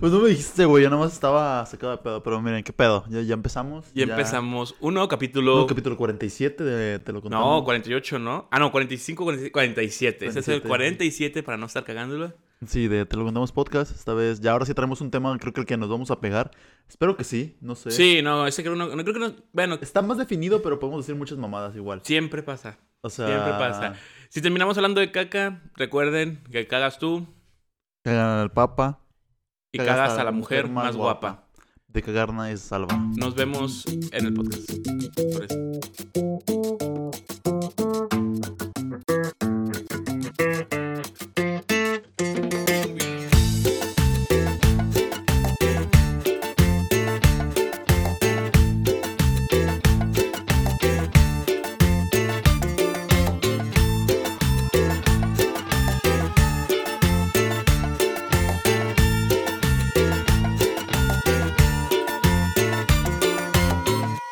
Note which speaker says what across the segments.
Speaker 1: pues no me dijiste, güey. Yo nomás estaba sacado de pedo. Pero miren, qué pedo. Ya, ya empezamos.
Speaker 2: Y
Speaker 1: ya-
Speaker 2: empezamos un nuevo capítulo.
Speaker 1: No, capítulo 47 de Te lo contamos.
Speaker 2: no, 48, ¿no? Ah, no, 45, 45, 47. Ese es
Speaker 1: 47,
Speaker 2: el 47 para no estar cagándola.
Speaker 1: Sí, de Te lo contamos podcast. Esta vez, ya ahora sí traemos un tema. Creo que el que nos vamos a pegar. Espero que sí. No sé.
Speaker 2: Sí, no, ese creo, no, no creo que no. Bueno,
Speaker 1: Está más definido, pero podemos decir muchas mamadas igual.
Speaker 2: siempre pasa.
Speaker 1: o sea,
Speaker 2: Siempre pasa. Si terminamos hablando de caca, recuerden que cagas tú
Speaker 1: Cagan al papa.
Speaker 2: y cagas, a la mujer más, guapa.
Speaker 1: De cagar nadie se salva.
Speaker 2: Nos vemos en el podcast. Por eso.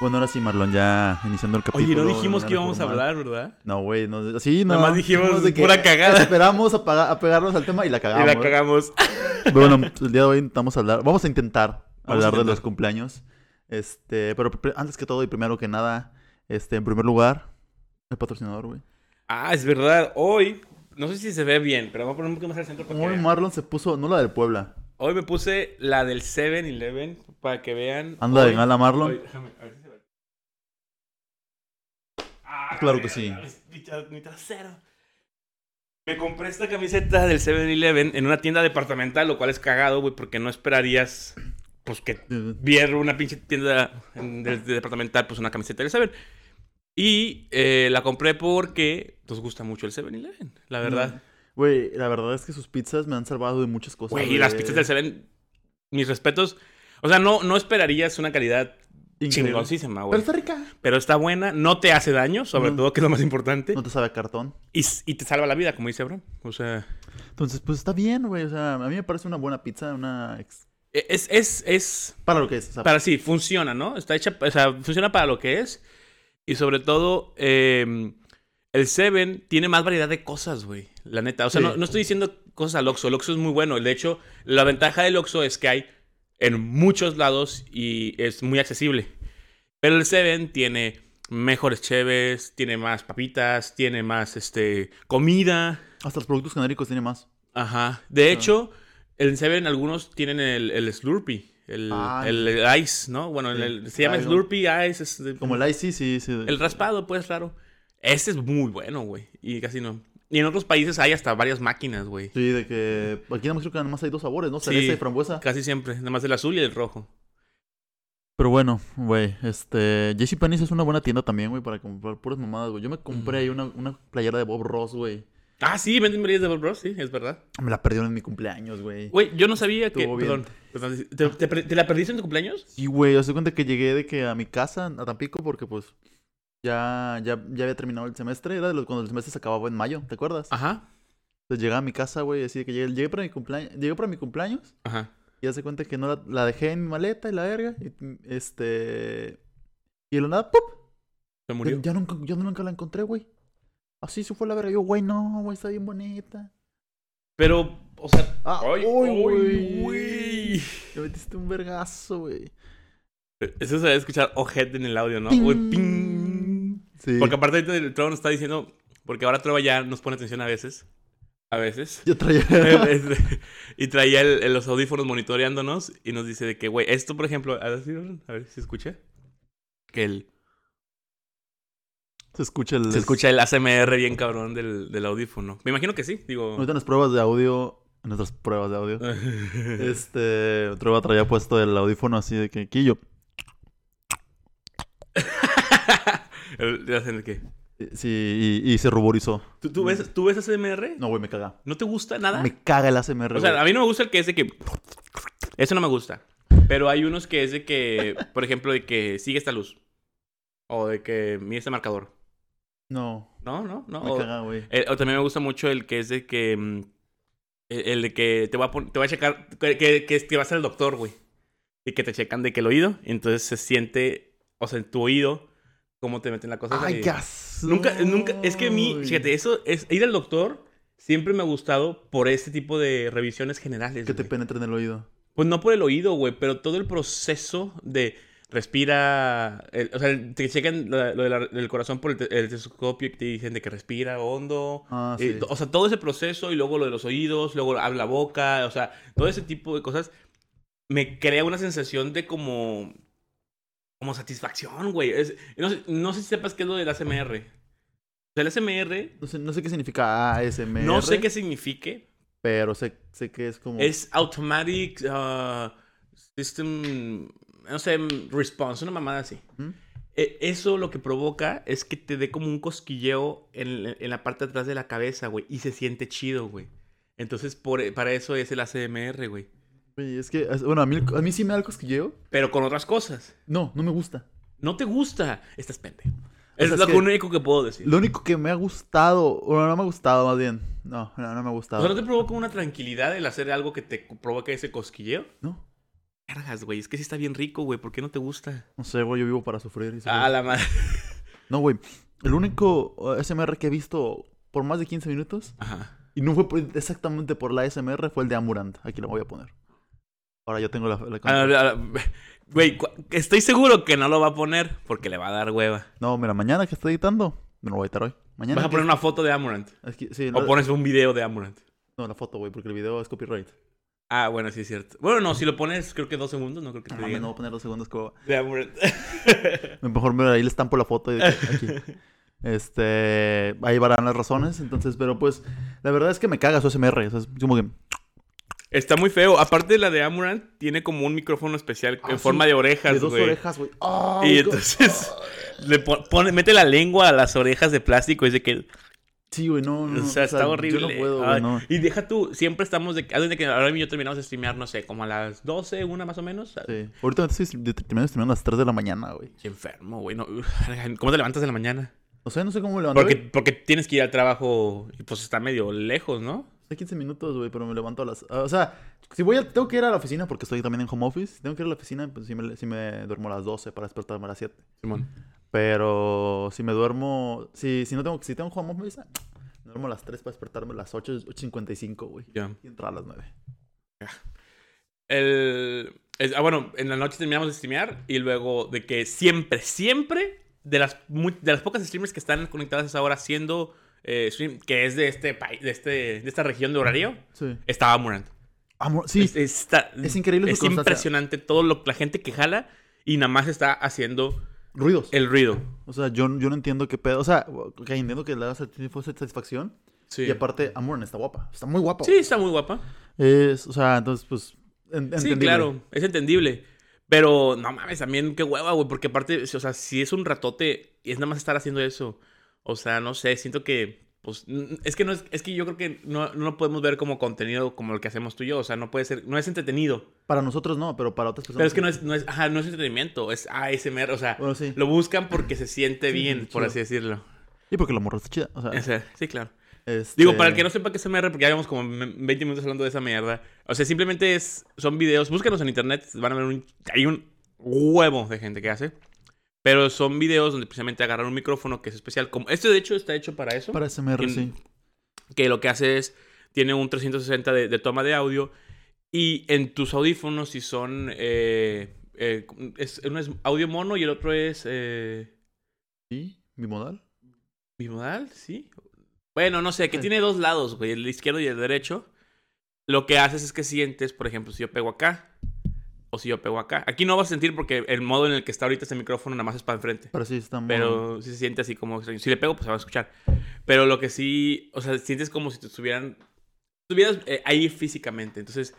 Speaker 1: Bueno, ahora sí, Marlon, ya iniciando el capítulo.
Speaker 2: Oye, no
Speaker 1: de
Speaker 2: dijimos
Speaker 1: manera
Speaker 2: que íbamos a
Speaker 1: formal.
Speaker 2: hablar, ¿verdad?
Speaker 1: No, güey, no, sí, no.
Speaker 2: Nada más dijimos
Speaker 1: de que
Speaker 2: pura cagada.
Speaker 1: Esperamos a, paga- a pegarnos al tema y la cagamos.
Speaker 2: y la cagamos.
Speaker 1: Bueno, el día de hoy vamos a hablar, vamos a intentar
Speaker 2: a
Speaker 1: hablar de
Speaker 2: intentar.
Speaker 1: los cumpleaños. Este, pero pr- antes que todo y primero que nada, este, en primer lugar, el patrocinador, güey.
Speaker 2: Ah, es verdad. Hoy, no sé si se ve bien, pero voy a poner un poquito más al centro para que
Speaker 1: Hoy
Speaker 2: vean.
Speaker 1: Marlon se puso, no la del Puebla,
Speaker 2: Hoy me puse la del 7-Eleven para que vean.
Speaker 1: anda
Speaker 2: Hoy-
Speaker 1: de gala Marlon.
Speaker 2: hoy- déjame, a ver si se ve. Ah,
Speaker 1: Claro que
Speaker 2: mira,
Speaker 1: sí.
Speaker 2: mira, mira, Mi trasero. Me compré esta camiseta del 7-Eleven en una tienda departamental, lo cual es cagado, güey, porque no esperarías pues que viera una pinche tienda en- de, de departamental, pues una camiseta del 7. Y eh, la compré porque nos gusta mucho el 7-Eleven, la verdad.
Speaker 1: Mm, Güey, la verdad es que sus pizzas me han salvado de muchas cosas.
Speaker 2: Güey, y las pizzas del Seven, mis respetos. O sea, no, no esperarías una calidad
Speaker 1: Increíble.
Speaker 2: chingoncísima,
Speaker 1: Pero
Speaker 2: güey.
Speaker 1: está rica.
Speaker 2: Pero está buena, no te hace daño, sobre
Speaker 1: No.
Speaker 2: todo, que es lo más importante.
Speaker 1: Mm. No te sabe a cartón.
Speaker 2: Y, s- y te salva la vida, como dice Abraham. O sea,
Speaker 1: Entonces, pues está bien, güey. O sea, a mí me parece una buena pizza, una ex-
Speaker 2: e, es, es, es
Speaker 1: para lo que es. O sea,
Speaker 2: para sí, funciona, ¿no? Está hecha, o sea, funciona para lo que es. Y sobre todo, eh, el Seven tiene más variedad de cosas, güey. La neta. O sea,
Speaker 1: Sí.
Speaker 2: no, no estoy diciendo cosas al Oxxo. El Oxxo es muy bueno. De hecho, la ventaja del Oxxo es que hay en muchos lados y es muy accesible. Pero el Seven tiene mejores cheves, tiene más papitas, tiene más este comida.
Speaker 1: hasta los productos genéricos tiene más.
Speaker 2: Ajá. De hecho, en Seven algunos tienen el, el Slurpee. El,
Speaker 1: Ah,
Speaker 2: el Ice, ¿no? Bueno, el- el- se
Speaker 1: Sí,
Speaker 2: llama
Speaker 1: algo.
Speaker 2: Slurpee Ice. es de-
Speaker 1: Como el IC, sí, sí.
Speaker 2: el raspado, pues, raro. Este es muy bueno, güey. Y casi no. Y en otros países hay hasta varias máquinas, güey.
Speaker 1: Sí, de que aquí nada más creo que nada más hay dos sabores, ¿no?
Speaker 2: Sí.
Speaker 1: Cereza y frambuesa.
Speaker 2: Casi siempre. Nada más el azul y el rojo.
Speaker 1: Pero bueno, güey, este... JCPenney es una buena tienda también, güey, para comprar puras mamadas, güey. Yo me compré ahí una, una playera de Bob Ross, güey.
Speaker 2: Ah, sí, venden varias de Bob Ross, sí, es verdad.
Speaker 1: Me la perdieron en mi cumpleaños, güey.
Speaker 2: Güey, yo no sabía que.
Speaker 1: Estuvo bien.
Speaker 2: Perdón. perdón, ¿te, te per- te la perdiste en tu cumpleaños?
Speaker 1: Sí, güey, yo se cuenta que llegué de que a mi casa, a Tampico, porque pues... Ya, ya, ya había terminado el semestre, era de los- cuando el semestre se acababa en mayo, ¿te acuerdas?
Speaker 2: Ajá.
Speaker 1: Entonces llegaba a mi casa, güey, así de que llegué, llegué para mi cumpleaños, llegué para mi cumpleaños
Speaker 2: Ajá.
Speaker 1: y hace cuenta que no la, la dejé en mi maleta y la verga, y mm, este... Y de la nada, ¡pup!
Speaker 2: Se
Speaker 1: Ya-
Speaker 2: murió.
Speaker 1: Ya, nunca, yo nunca la encontré, güey. Así se fue la verga. Yo, güey, no, güey, está bien bonita.
Speaker 2: Pero, o sea.
Speaker 1: Ah,
Speaker 2: ay,
Speaker 1: uy,
Speaker 2: ay,
Speaker 1: güey.
Speaker 2: güey.
Speaker 1: Le metiste un vergazo, güey.
Speaker 2: Eso se debe escuchar ojete en el audio, ¿no? Uy,
Speaker 1: Ping.
Speaker 2: ping.
Speaker 1: Sí.
Speaker 2: Porque aparte ahorita el Trova nos está diciendo. Porque ahora Trova ya nos pone atención a veces. A veces.
Speaker 1: Yo traía.
Speaker 2: Este, y traía el- el- los audífonos monitoreándonos y nos dice de que, güey, esto, por ejemplo, a ver, si- a ver si escucha. Que el,
Speaker 1: se escucha el.
Speaker 2: se escucha el ASMR bien cabrón del, del audífono. Me imagino que sí, digo.
Speaker 1: Ahorita en las pruebas de audio. En nuestras pruebas de audio.
Speaker 2: Eh. es...
Speaker 1: Este. Otro va traía puesto el audífono así de que aquí yo.
Speaker 2: el, le hacen de que,
Speaker 1: eh, Sí, y, y se ruborizó.
Speaker 2: ¿Tú, tú ves, ¿Tú ves ASMR?
Speaker 1: No, güey, me caga.
Speaker 2: ¿No te gusta nada?
Speaker 1: Me caga el ASMR.
Speaker 2: O sea,
Speaker 1: güey.
Speaker 2: a mí no me gusta el que es de que. Eso no me gusta. Pero hay unos que es de que, por ejemplo, de que sigue esta luz. O de que mire este marcador.
Speaker 1: No,
Speaker 2: No, no, no.
Speaker 1: me
Speaker 2: o-
Speaker 1: caga, güey.
Speaker 2: Eh, o también me gusta mucho el que es de que. mm, El, el de que te va a, pon- te va a checar. Que, que, que es- que vas al doctor, güey. Y que te checan de que el oído. y entonces se siente. O sea, en tu oído. Cómo te meten la cosa.
Speaker 1: Ay,
Speaker 2: y-
Speaker 1: gas.
Speaker 2: Nunca, nunca. Es que a mí. Fíjate, eso es. Ir al doctor. siempre me ha gustado por este tipo de revisiones generales.
Speaker 1: Que te
Speaker 2: güey.
Speaker 1: penetra en el oído.
Speaker 2: Pues no por el oído, güey, pero todo el proceso de respira, el- o sea, te checan la- lo de la- del corazón por el, te- el telescopio y te dicen de que respira hondo.
Speaker 1: Ah,
Speaker 2: Eh,
Speaker 1: sí.
Speaker 2: to- o sea, todo ese proceso y luego lo de los oídos, luego habla boca, o sea, todo ese tipo de cosas me crea una sensación de como como satisfacción, güey. Es- no, sé, no sé si sepas qué es lo del ASMR. O sea, el ASMR,
Speaker 1: No sé, no sé qué significa ASMR.
Speaker 2: no sé qué signifique,
Speaker 1: Pero sé, sé que es como.
Speaker 2: Es automatic ah, system, no sé, response, una mamada así.
Speaker 1: ¿Mm?
Speaker 2: E- Eso lo que provoca es que te dé como un cosquilleo en, en la parte de atrás de la cabeza, güey, y se siente chido, güey. Entonces, por, para eso es el ACMR, güey.
Speaker 1: Oye, es que, es- bueno, a mí, el- a mí sí me da el cosquilleo.
Speaker 2: Pero con otras cosas.
Speaker 1: No, no me gusta.
Speaker 2: No te gusta, estás pendejo. Es
Speaker 1: sea, es
Speaker 2: lo
Speaker 1: que-
Speaker 2: único que puedo decir.
Speaker 1: Lo único que me ha gustado, o no me ha gustado más bien. No, no, no me ha
Speaker 2: O
Speaker 1: gustado.
Speaker 2: sea, ¿no te provoca una tranquilidad el hacer algo que te provoca ese cosquilleo?
Speaker 1: No,
Speaker 2: Cargas, güey, es que sí está bien rico, güey, ¿por qué no te gusta?
Speaker 1: no sé, güey, yo vivo para sufrir. y
Speaker 2: Ah, la madre.
Speaker 1: No, güey. El único eh, SMR que he visto por más de 15 minutos,
Speaker 2: Ajá.
Speaker 1: y no fue por- exactamente por la SMR, fue el de Amurant. Aquí lo voy a poner. Ahora yo tengo la. la
Speaker 2: A ver, a ver, Güey, cu- estoy seguro que no lo va a poner porque le va a dar hueva.
Speaker 1: No, mira, mañana que estoy editando, no lo voy a editar hoy. Mañana.
Speaker 2: Vas a
Speaker 1: que-
Speaker 2: poner una foto de Amorant.
Speaker 1: es que- sí,
Speaker 2: O
Speaker 1: la,
Speaker 2: pones un video de Amorant.
Speaker 1: no, la foto, güey, porque el video es copyright.
Speaker 2: Ah, bueno, sí es cierto. Bueno, no, si lo pones, creo que dos segundos, no creo que
Speaker 1: No
Speaker 2: te
Speaker 1: mames,
Speaker 2: diga.
Speaker 1: no voy a poner dos segundos como.
Speaker 2: De Amorant.
Speaker 1: Mejor me ahí le estampo la foto y de que- aquí. Este, ahí varán las razones, entonces, pero pues, la verdad es que me caga su SMR, o sea, es como que,
Speaker 2: Está muy feo. Aparte, la de Amorant tiene como un micrófono especial
Speaker 1: Ah,
Speaker 2: en
Speaker 1: sí.
Speaker 2: forma de
Speaker 1: de
Speaker 2: orejas,
Speaker 1: dos
Speaker 2: güey.
Speaker 1: orejas, güey, ¡Ah!
Speaker 2: Y
Speaker 1: güey,
Speaker 2: entonces, le pon- pone- mete la lengua a las orejas de plástico y dice que
Speaker 1: sí, güey, no, no,
Speaker 2: O sea, está horrible.
Speaker 1: Mm, yo no puedo, güey,
Speaker 2: Ay,
Speaker 1: no.
Speaker 2: Y deja tú, siempre estamos de. haz de que ahora mismo terminamos de streamear, no sé, como a las 12, una más o menos.
Speaker 1: Sí. Ahorita estoy de- terminando de streamear a las 3 de la mañana, güey.
Speaker 2: Qué enfermo, güey. no, ¿Cómo te levantas de la mañana?
Speaker 1: O sea, no sé cómo me levanto.
Speaker 2: Porque, porque tienes que ir al trabajo y pues está medio lejos, ¿no?
Speaker 1: Está 15 minutos, güey, pero me levanto a las. ah, O sea, si voy a. Tengo que ir a la oficina porque estoy también en home office. Si Tengo que ir a la oficina, pues sí me, sí me duermo a las 12 para despertarme a las 7.
Speaker 2: Simón.
Speaker 1: Pero si me duermo. Si, si no tengo. Si tengo home office, ah, me duermo a las 3 para despertarme a las 8, 8.55, güey.
Speaker 2: Ya.
Speaker 1: Y entrar a las 9.
Speaker 2: El, es- ah, bueno, en la noche terminamos de streamear y luego de que siempre, siempre, de las, mu- de las pocas streamers que están conectadas a esa hora haciendo eh, stream, que es de este país, de, este, de esta región de horario,
Speaker 1: Sí.
Speaker 2: estaba Murant.
Speaker 1: Amor, sí.
Speaker 2: Es, está-
Speaker 1: Es increíble su
Speaker 2: Es
Speaker 1: constancia.
Speaker 2: impresionante todo lo la gente que jala y nada más está haciendo
Speaker 1: ruidos.
Speaker 2: el ruido.
Speaker 1: O sea, yo, yo no entiendo qué pedo. O sea, ok, entiendo que le hagas satisfacción.
Speaker 2: Sí.
Speaker 1: Y aparte, Amor está guapa. Está muy guapa.
Speaker 2: Sí, está muy guapa.
Speaker 1: Es, o sea, entonces, pues. en-
Speaker 2: Sí,
Speaker 1: entendible.
Speaker 2: claro, es entendible. Pero no mames, también qué hueva, güey, porque aparte, o sea, si es un ratote y es nada más estar haciendo eso. O sea, no sé, siento que pues n- es que no es, es que yo creo que no, no lo podemos ver como contenido como el que hacemos tú y yo, o sea, no puede ser, no es entretenido.
Speaker 1: Para nosotros no, pero para otras personas.
Speaker 2: Pero es que
Speaker 1: sí.
Speaker 2: no es, no es, ajá, no es entretenimiento, es ASMR, o sea,
Speaker 1: Bueno, sí.
Speaker 2: lo buscan porque se siente
Speaker 1: Sí, sí,
Speaker 2: bien,
Speaker 1: sí,
Speaker 2: por
Speaker 1: chido.
Speaker 2: así decirlo.
Speaker 1: Y porque la morra está chida. O sea,
Speaker 2: O sea, sí, claro.
Speaker 1: este-
Speaker 2: Digo, para el que no sepa qué es MR, porque ya llevamos como me- 20 minutos hablando de esa mierda. O sea, simplemente es, son videos, búscanos en internet, van a ver un, hay un huevo de gente que hace. Pero son videos donde precisamente agarran un micrófono que es especial. Como, este de hecho está hecho para eso.
Speaker 1: Para SMR,
Speaker 2: quien-
Speaker 1: sí.
Speaker 2: Que lo que hace es, tiene un 360 de, de toma de audio. Y en tus audífonos, si son, eh, eh, es- uno es audio mono y el otro es... eh,
Speaker 1: ¿Sí? ¿Bimodal?
Speaker 2: Bimodal, sí. Bueno, no sé, que
Speaker 1: Sí.
Speaker 2: tiene dos lados, güey, el izquierdo y el derecho. Lo que haces es que sientes, por ejemplo, si yo pego acá o si yo pego acá. Aquí no vas a sentir porque el modo en el que está ahorita este micrófono nada más es para enfrente.
Speaker 1: Pero sí está muy...
Speaker 2: Pero sí se siente así como extraño. Si le pego, pues se va a escuchar. Pero lo que sí, o sea, sientes como si te estuvieran, estuvieras eh, ahí físicamente. Entonces,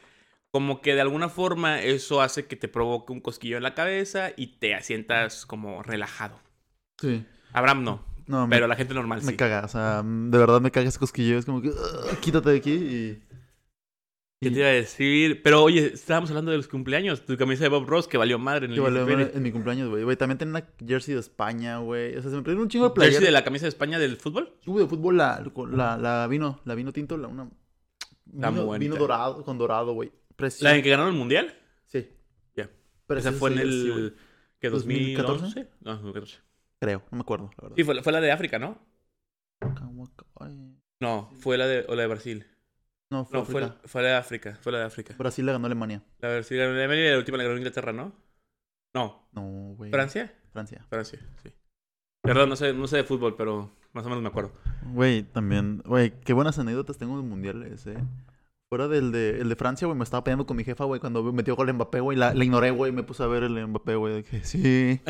Speaker 2: como que de alguna forma eso hace que te provoque un cosquillo en la cabeza y te sientas como relajado.
Speaker 1: Sí.
Speaker 2: Abraham no,
Speaker 1: No, me,
Speaker 2: pero la gente normal
Speaker 1: me
Speaker 2: sí.
Speaker 1: caga. O sea, mm, de verdad me caga ese cosquilleo. Es como que... "Ugh, quítate de aquí y...
Speaker 2: ¿Qué
Speaker 1: Y-
Speaker 2: te iba a decir? Pero oye, estábamos hablando de los cumpleaños. Tu camisa de Bob Ross que valió madre en el
Speaker 1: Que valió
Speaker 2: IFPN.
Speaker 1: en mi cumpleaños, güey. Güey, también tenía una jersey de España, güey. O sea, se me perdieron un chingo de
Speaker 2: ¿Jersey de
Speaker 1: playeras.
Speaker 2: la camisa de España del fútbol?
Speaker 1: Yo, güey, de fútbol, la, la, la vino, la vino tinto, la una...
Speaker 2: Está muy
Speaker 1: Vino,
Speaker 2: bonita.
Speaker 1: vino dorado, con dorado, güey. Precioso.
Speaker 2: ¿La en que ganaron el mundial?
Speaker 1: Sí.
Speaker 2: Ya.
Speaker 1: Pero
Speaker 2: Esa fue en el. ¿Qué? ¿2014?
Speaker 1: 2014?
Speaker 2: No, 2014.
Speaker 1: Creo, no me acuerdo, la verdad.
Speaker 2: Sí, fue, la- fue la de África, ¿no?
Speaker 1: Kawaka- ay.
Speaker 2: No, fue la de, o la de Brasil.
Speaker 1: No, fue
Speaker 2: No, fue,
Speaker 1: África.
Speaker 2: fue la de África. Fue la de África.
Speaker 1: Brasil le ganó a Alemania.
Speaker 2: La de Brasil ganó Alemania y la última la ganó Inglaterra, ¿no? No.
Speaker 1: No, güey.
Speaker 2: ¿Francia?
Speaker 1: Francia.
Speaker 2: Francia, sí. Perdón, no sé, no sé de fútbol, pero más o menos me acuerdo.
Speaker 1: Güey, también. Güey, qué buenas anécdotas tengo de mundiales, eh. Fuera del de, el de Francia, güey, me estaba peleando con mi jefa, güey, cuando metió gol Mbappé, güey. La, la ignoré, güey, me puse a ver el Mbappé, güey. de que sí.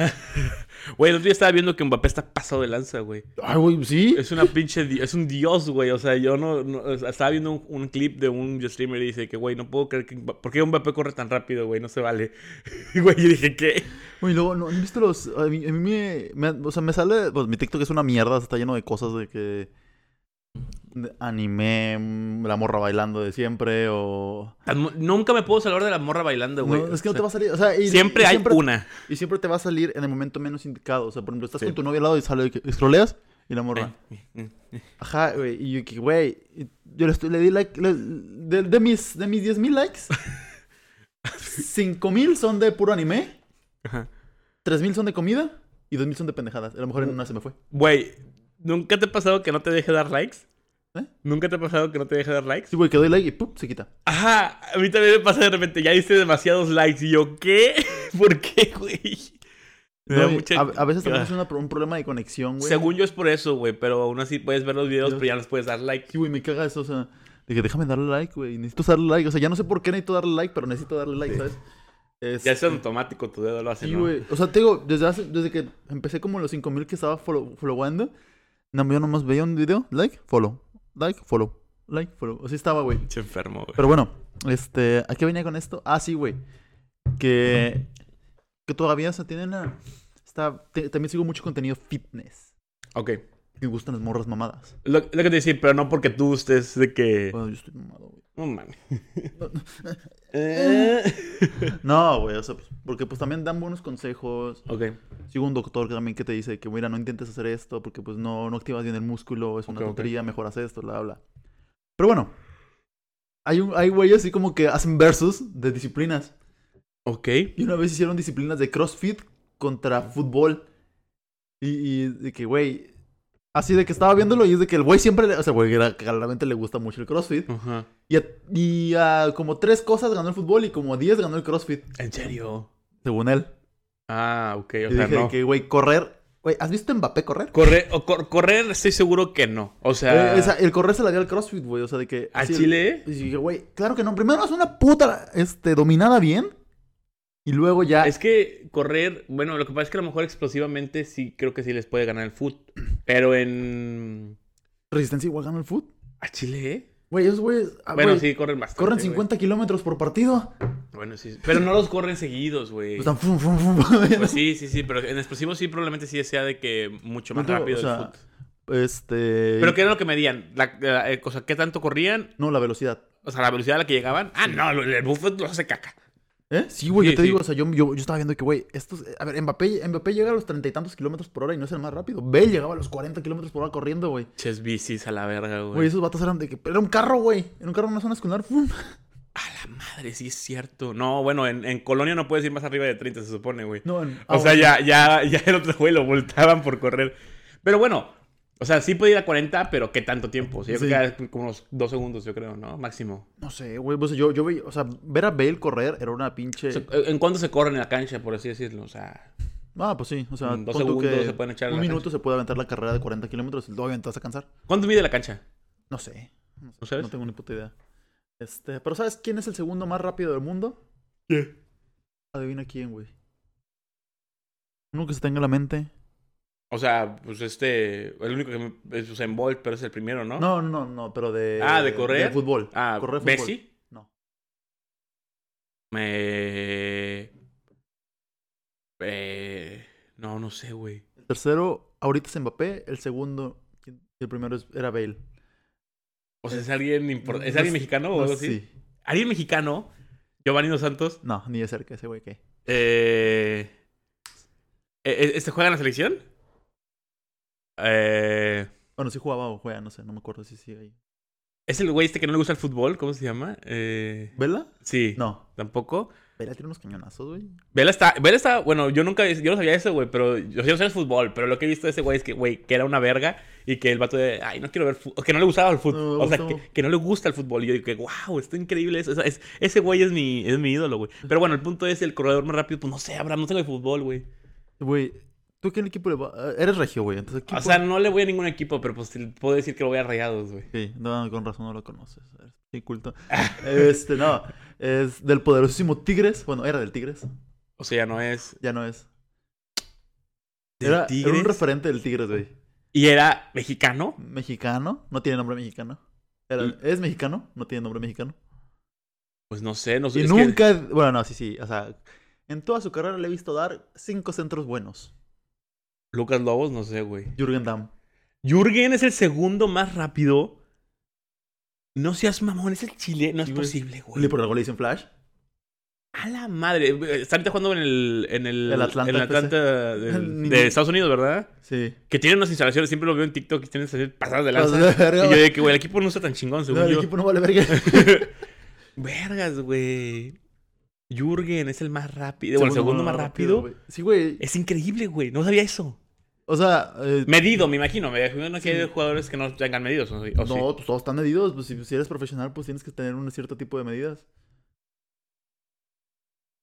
Speaker 2: Güey, el otro día estaba viendo que Mbappé está pasado de lanza, Ah, güey.
Speaker 1: Ay, güey, sí.
Speaker 2: Es una pinche... di- Es un dios, güey. O sea, yo no... no- o sea, estaba viendo un, un clip de un streamer y dice que, güey, no puedo creer que... Mba- ¿Por qué Mbappé corre tan rápido, güey? No se vale. Y, Güey, yo dije, ¿qué?
Speaker 1: Güey, luego, ¿no han visto los...? A mí, a mí me, me- O sea, me sale... Pues mi TikTok es una mierda, está lleno de cosas de que... de anime, mm, la morra bailando de siempre, o...
Speaker 2: Tan mo- Nunca me puedo salvar de la morra bailando, Ah, güey.
Speaker 1: No, es que no
Speaker 2: O
Speaker 1: te va a salir, o sea...
Speaker 2: sea,
Speaker 1: y-
Speaker 2: Siempre
Speaker 1: y
Speaker 2: hay una.
Speaker 1: Y siempre te va a salir en el momento menos indicado. O sea, por ejemplo, estás
Speaker 2: Sí.
Speaker 1: con tu novia al lado y sale de que estroleas y la morra.
Speaker 2: Eh,
Speaker 1: Ajá, güey. Y yo que, güey, y yo le, estoy- le di like. le- de, de mis, de mis 10 mil likes, 5 mil son de puro anime,
Speaker 2: Ajá.
Speaker 1: 3 mil son de comida y 2 mil son de pendejadas. A lo mejor en una se me fue.
Speaker 2: Güey, ¿nunca te ha pasado que no te deje dar likes?
Speaker 1: ¿Eh?
Speaker 2: ¿Nunca te ha pasado que no te deje dar likes?
Speaker 1: Sí, güey, que doy like y ¡pum! se quita.
Speaker 2: Ajá, a mí también me pasa de repente, ya hice demasiados likes y yo, ¿qué? ¿Por qué, güey? Me da
Speaker 1: No, y
Speaker 2: mucha-
Speaker 1: a, a veces también
Speaker 2: Ah.
Speaker 1: es una pro- un problema de conexión, güey.
Speaker 2: Según yo es por eso, güey, pero aún así puedes ver los videos,
Speaker 1: Yo-
Speaker 2: pero ya no les puedes dar like.
Speaker 1: Sí, güey, me caga eso, o sea, de que déjame darle like, güey. Necesito darle like. O sea, ya no sé por qué necesito darle like, pero necesito darle like, ¿sabes? Es-
Speaker 2: Ya es automático, tu dedo lo hace,
Speaker 1: Sí,
Speaker 2: ¿no?
Speaker 1: güey. O sea, te digo, desde, hace- desde que empecé como los 5000 que estaba follow- followando, no, yo nomás veía un video, like, follow, like, follow, like, follow. Así estaba, güey.
Speaker 2: Pinche enfermo, güey.
Speaker 1: Pero bueno, este, ¿a qué venía con esto? Ah, sí, güey. Que, que todavía, o sea, tienen la... Está, te- también sigo mucho contenido fitness.
Speaker 2: Ok,
Speaker 1: Me gustan las morras mamadas.
Speaker 2: lo, lo que te decía, pero no porque tú estés de que...
Speaker 1: Bueno, yo estoy mamado, güey.
Speaker 2: No mames. Eh.
Speaker 1: No, güey, o sea, pues, porque pues también dan buenos consejos.
Speaker 2: ok,
Speaker 1: Sigo un doctor que también que te dice que, mira, no intentes hacer esto porque pues no, no activas bien el músculo, es una
Speaker 2: Ok, ok.
Speaker 1: tontería, mejoras esto, bla, bla. Pero bueno, hay, un, hay güeyes así como que hacen versus de disciplinas.
Speaker 2: ok.
Speaker 1: Y una vez hicieron disciplinas de CrossFit contra fútbol. Y, y de que, güey, así de que estaba viéndolo y es de que el güey siempre, le- o sea, güey, era- claramente le gusta mucho el CrossFit.
Speaker 2: Ajá.
Speaker 1: Y, a- y a como tres cosas ganó el fútbol y como diez ganó el CrossFit,
Speaker 2: ¿En serio?
Speaker 1: según él.
Speaker 2: Ah, ok, o
Speaker 1: y
Speaker 2: sea,
Speaker 1: dije de
Speaker 2: no.
Speaker 1: que, güey, correr... Güey, ¿has visto a Mbappé correr?
Speaker 2: Correr, o cor- correr estoy seguro que no. O sea,
Speaker 1: Güey, Eh, o sea, el correr se la dio al CrossFit, güey. O sea, de que.
Speaker 2: ¿a
Speaker 1: sí,
Speaker 2: Chile?
Speaker 1: Y dije, güey, claro que no. Primero es una puta este, dominada bien. Y luego ya.
Speaker 2: Es que correr, bueno, lo que pasa es que a lo mejor explosivamente sí creo que sí les puede ganar el foot. Pero en.
Speaker 1: Resistencia igual gana el foot.
Speaker 2: ¿A Chile? eh?
Speaker 1: Güey, esos güeyes. ah,
Speaker 2: bueno,
Speaker 1: güey,
Speaker 2: sí, corren bastante.
Speaker 1: Corren
Speaker 2: güey.
Speaker 1: 50 kilómetros por partido.
Speaker 2: Bueno, sí. Pero no los corren seguidos, güey.
Speaker 1: Pues, tan fum, fum, fum.
Speaker 2: Pues sí, sí, sí. Pero en explosivos sí, probablemente sí sea de que mucho más
Speaker 1: No,
Speaker 2: rápido
Speaker 1: o sea,
Speaker 2: el foot.
Speaker 1: Este.
Speaker 2: Pero ¿qué era lo que medían? La, la- eh, o sea, ¿qué tanto corrían?
Speaker 1: No, la velocidad.
Speaker 2: O sea, la velocidad a la que llegaban. Ah, no, el, el foot los hace caca.
Speaker 1: ¿Eh? Sí, güey,
Speaker 2: Sí,
Speaker 1: yo te
Speaker 2: sí.
Speaker 1: digo, o sea, yo, yo, yo estaba viendo que, güey, estos. A ver, Mbappé, Mbappé llega a los treinta y tantos kilómetros por hora y no es el más rápido. Bell llegaba a los 40 kilómetros por hora corriendo, güey.
Speaker 2: Ches bicis a la verga,
Speaker 1: Güey,
Speaker 2: güey.
Speaker 1: esos vatos eran de que. Era un carro, güey. Era un carro en una zona escolar. fum.
Speaker 2: A la madre, sí es cierto. No, bueno, en, en Colonia no puedes ir más arriba de 30, se supone, güey.
Speaker 1: No, en-
Speaker 2: O
Speaker 1: ah,
Speaker 2: sea,
Speaker 1: bueno.
Speaker 2: ya, ya, ya el otro güey lo multaban por correr. Pero bueno, o sea, sí puede ir a 40, pero ¿qué tanto tiempo? O sea, yo
Speaker 1: Sí.
Speaker 2: creo que era como unos dos segundos, yo creo, ¿no? Máximo.
Speaker 1: No sé, güey. pues, yo, yo veía, o sea, ver a Bale correr era una pinche.
Speaker 2: O sea, ¿En cuánto se corren en la cancha, por así decirlo? O sea,
Speaker 1: ah, pues sí. O sea,
Speaker 2: en Mm, dos
Speaker 1: pon tú
Speaker 2: segundos
Speaker 1: que
Speaker 2: se pueden echar en
Speaker 1: Un
Speaker 2: la
Speaker 1: minuto se puede aventar la carrera de 40 kilómetros. Luego te vas a cansar.
Speaker 2: ¿cuánto mide la cancha?
Speaker 1: No sé. No, sé,
Speaker 2: ¿No sabes?
Speaker 1: no tengo ni puta idea. Este, pero ¿sabes quién es el segundo más rápido del mundo? Adivina quién, güey. Uno que se tenga en la mente.
Speaker 2: O sea, pues este, el único que me- es o sea, en Bolt, pero es el primero, ¿no?
Speaker 1: No, no, no, pero de.
Speaker 2: Ah, ¿de correr?
Speaker 1: De fútbol.
Speaker 2: Ah,
Speaker 1: correr fútbol.
Speaker 2: Messi.
Speaker 1: No.
Speaker 2: Me... Eh... No, no sé, güey.
Speaker 1: El tercero, ahorita es Mbappé. El segundo, ¿quién? el primero es- era Bale.
Speaker 2: O sea, ¿es alguien, impor- ¿es
Speaker 1: No
Speaker 2: alguien
Speaker 1: sé-
Speaker 2: mexicano o
Speaker 1: no,
Speaker 2: algo así?
Speaker 1: sí.
Speaker 2: ¿Alguien mexicano? Giovanni Dos Santos.
Speaker 1: No, ni de cerca ese güey que.
Speaker 2: Eh, eh, ¿Este juega en la selección? Eh,
Speaker 1: Bueno, sí jugaba o juega, no sé, no me acuerdo si sigue ahí.
Speaker 2: ¿Es el güey este que no le gusta el fútbol? ¿Cómo se llama? Eh,
Speaker 1: ¿Vela?
Speaker 2: sí.
Speaker 1: No.
Speaker 2: Tampoco.
Speaker 1: Vela tiene unos cañonazos, güey.
Speaker 2: Vela está, Vela está, bueno, yo nunca, yo no sabía eso, güey, pero yo, yo no sé el fútbol, pero lo que he visto de ese güey es que, güey, que era una verga Y que el vato de, ay, no quiero ver fútbol. Que no le gustaba el
Speaker 1: No,
Speaker 2: fútbol.
Speaker 1: me
Speaker 2: o sea,
Speaker 1: gusta-
Speaker 2: que, que no le gusta el fútbol. Y yo digo que, wow, está increíble eso. O sea, es- ese güey es mi, es mi ídolo, güey. Pero bueno, el punto es el corredor más rápido. Pues no sé, Abraham, no tengo de fútbol, güey.
Speaker 1: Güey, ¿tú qué equipo le vas? Eres regio, güey. Entonces, ¿qué
Speaker 2: O sea, no le voy a ningún equipo, pero pues te- puedo decir que lo voy a rayados, güey.
Speaker 1: Sí, no, con razón no lo conoces. eres Qué culto. Este, no. Es del poderosísimo Tigres. Bueno, era del Tigres.
Speaker 2: O sea, ya no es.
Speaker 1: Ya no es.
Speaker 2: del
Speaker 1: Era, era un
Speaker 2: Tigres.
Speaker 1: referente del Tigres, güey.
Speaker 2: Y era mexicano.
Speaker 1: Mexicano. No tiene nombre mexicano. Era-
Speaker 2: Y-
Speaker 1: Es mexicano. No tiene nombre mexicano.
Speaker 2: Pues no sé, no sé.
Speaker 1: Y
Speaker 2: es que-
Speaker 1: nunca. Bueno, no, sí, sí. O sea, en toda su carrera le he visto dar cinco centros buenos.
Speaker 2: Lucas Lobos, no sé, güey.
Speaker 1: Jürgen Damm.
Speaker 2: Jürgen es el segundo más rápido. No seas mamón, es el chile. No es
Speaker 1: Sí, güey.
Speaker 2: posible, güey.
Speaker 1: Y por algo Pues le dicen Flash.
Speaker 2: A la madre. Está ahorita jugando en el. En el
Speaker 1: El Atlanta
Speaker 2: en el Atlanta del- de,
Speaker 1: Ni-
Speaker 2: Estados Unidos, ¿verdad?
Speaker 1: Sí.
Speaker 2: Que tienen unas instalaciones, siempre lo veo en TikTok, que tienen instalaciones pasadas de
Speaker 1: Pues,
Speaker 2: lanza. Y
Speaker 1: verga,
Speaker 2: yo
Speaker 1: güey.
Speaker 2: de que, güey, el equipo no está tan chingón, según
Speaker 1: No, el
Speaker 2: yo.
Speaker 1: equipo no vale verga.
Speaker 2: Vergas, güey. Jürgen es el más rápido. o el segundo más rápido.
Speaker 1: güey. Sí, güey.
Speaker 2: es increíble, güey. No sabía eso.
Speaker 1: O sea, eh,
Speaker 2: Medido, me imagino. Me imagino que hay
Speaker 1: Sí.
Speaker 2: jugadores que no tengan medidos. ¿o sí? ¿O
Speaker 1: no, pues todos están medidos. Pues si, si eres profesional, pues tienes que tener un cierto tipo de medidas.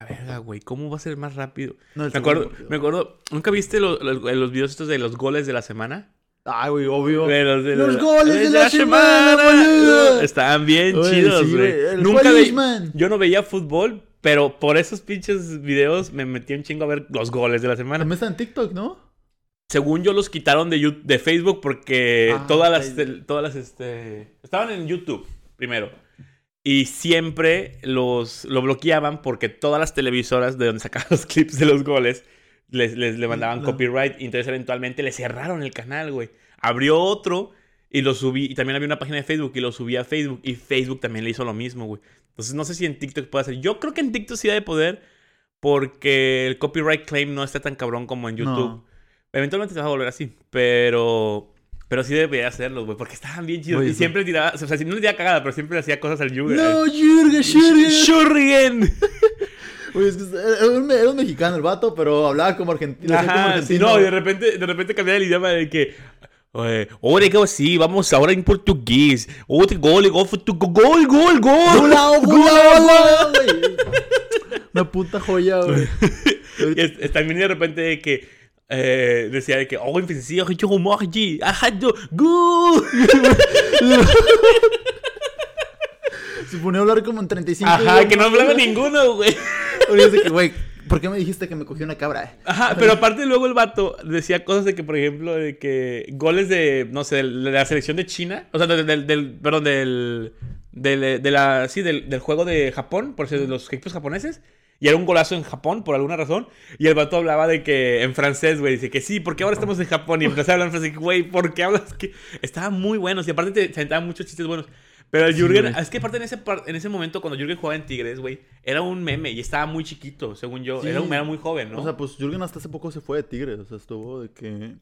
Speaker 2: La verga, güey. ¿Cómo va a ser más rápido?
Speaker 1: No, el
Speaker 2: Me
Speaker 1: segundo
Speaker 2: acuerdo,
Speaker 1: partido.
Speaker 2: me acuerdo. ¿Nunca viste lo- lo- los videos estos de los goles de la semana?
Speaker 1: Ay, güey, obvio.
Speaker 2: De los, de
Speaker 1: Los goles de la semana, boludo.
Speaker 2: Estaban bien
Speaker 1: Oye,
Speaker 2: chidos,
Speaker 1: sí,
Speaker 2: güey.
Speaker 1: el
Speaker 2: Nunca ve-
Speaker 1: Policeman.
Speaker 2: Yo no veía fútbol, pero por esos pinches videos me metí un chingo a ver los goles de la semana.
Speaker 1: También está en TikTok, ¿no?
Speaker 2: Según yo los quitaron de, Yu- de Facebook porque
Speaker 1: Ah,
Speaker 2: todas las
Speaker 1: Facebook.
Speaker 2: todas las este estaban en YouTube primero. Y siempre los lo bloqueaban porque todas las televisoras de donde sacaban los clips de los goles les, les le mandaban
Speaker 1: no.
Speaker 2: copyright y entonces eventualmente le cerraron el canal, güey. Abrió otro y lo subí y también había una página de Facebook y lo subí a Facebook y Facebook también le hizo lo mismo, güey. Entonces no sé si en TikTok puede hacer. Yo creo que en TikTok sí da de poder porque el copyright claim no está tan cabrón como en YouTube.
Speaker 1: No.
Speaker 2: Eventualmente se va a volver así, pero... Pero sí debería hacerlo, güey, porque estaban bien chidos.
Speaker 1: Güey,
Speaker 2: y
Speaker 1: sí.
Speaker 2: siempre tiraba... O sea, no le tiraba cagada, pero siempre le hacía cosas al Jürgen.
Speaker 1: No, Jürgen, Jürgen.
Speaker 2: ¡Shurigen!
Speaker 1: Oye, es que era era un, era un mexicano el vato, pero hablaba como argentino. decía como
Speaker 2: Ajá, sí,
Speaker 1: argentino.
Speaker 2: no, y de repente, de repente cambiaba el idioma de que... eh, Ahora que sí, vamos ahora en portugués. Otro gol, gol, gol, gol, gol, gol.
Speaker 1: ¡Gulao, gulao, gulao, güey! Una puta joya, güey.
Speaker 2: Y es- es también de repente de que eh, decía de que oh infinicía yo morgi ajado go
Speaker 1: Se ponía a hablar como en 35.
Speaker 2: ajá que no hablaba
Speaker 1: ni...
Speaker 2: ninguno güey
Speaker 1: Güey, ¿por qué me dijiste que me cogió una cabra?
Speaker 2: ajá pero aparte luego el vato decía cosas de que por ejemplo de que goles de no sé de la selección de China o sea del, del- del- perdón del, del- de la sí del, del juego de Japón por ser de los equipos japoneses y era un golazo en Japón, por alguna razón. Y el vato hablaba de que en francés, güey. Dice que sí, porque ahora estamos en Japón. Y empezaba a hablar en francés. Güey, ¿por qué hablas? que Estaba muy bueno. Y aparte te sentaban muchos chistes buenos. Pero el Jürgen,
Speaker 1: güey.
Speaker 2: es que aparte en ese, par- en ese momento, cuando Jürgen jugaba en Tigres, güey, era un meme y estaba muy chiquito, según yo.
Speaker 1: Sí.
Speaker 2: Era, un- era muy joven, ¿no?
Speaker 1: O sea, pues Jürgen hasta hace poco se fue de Tigres. O sea, estuvo de que.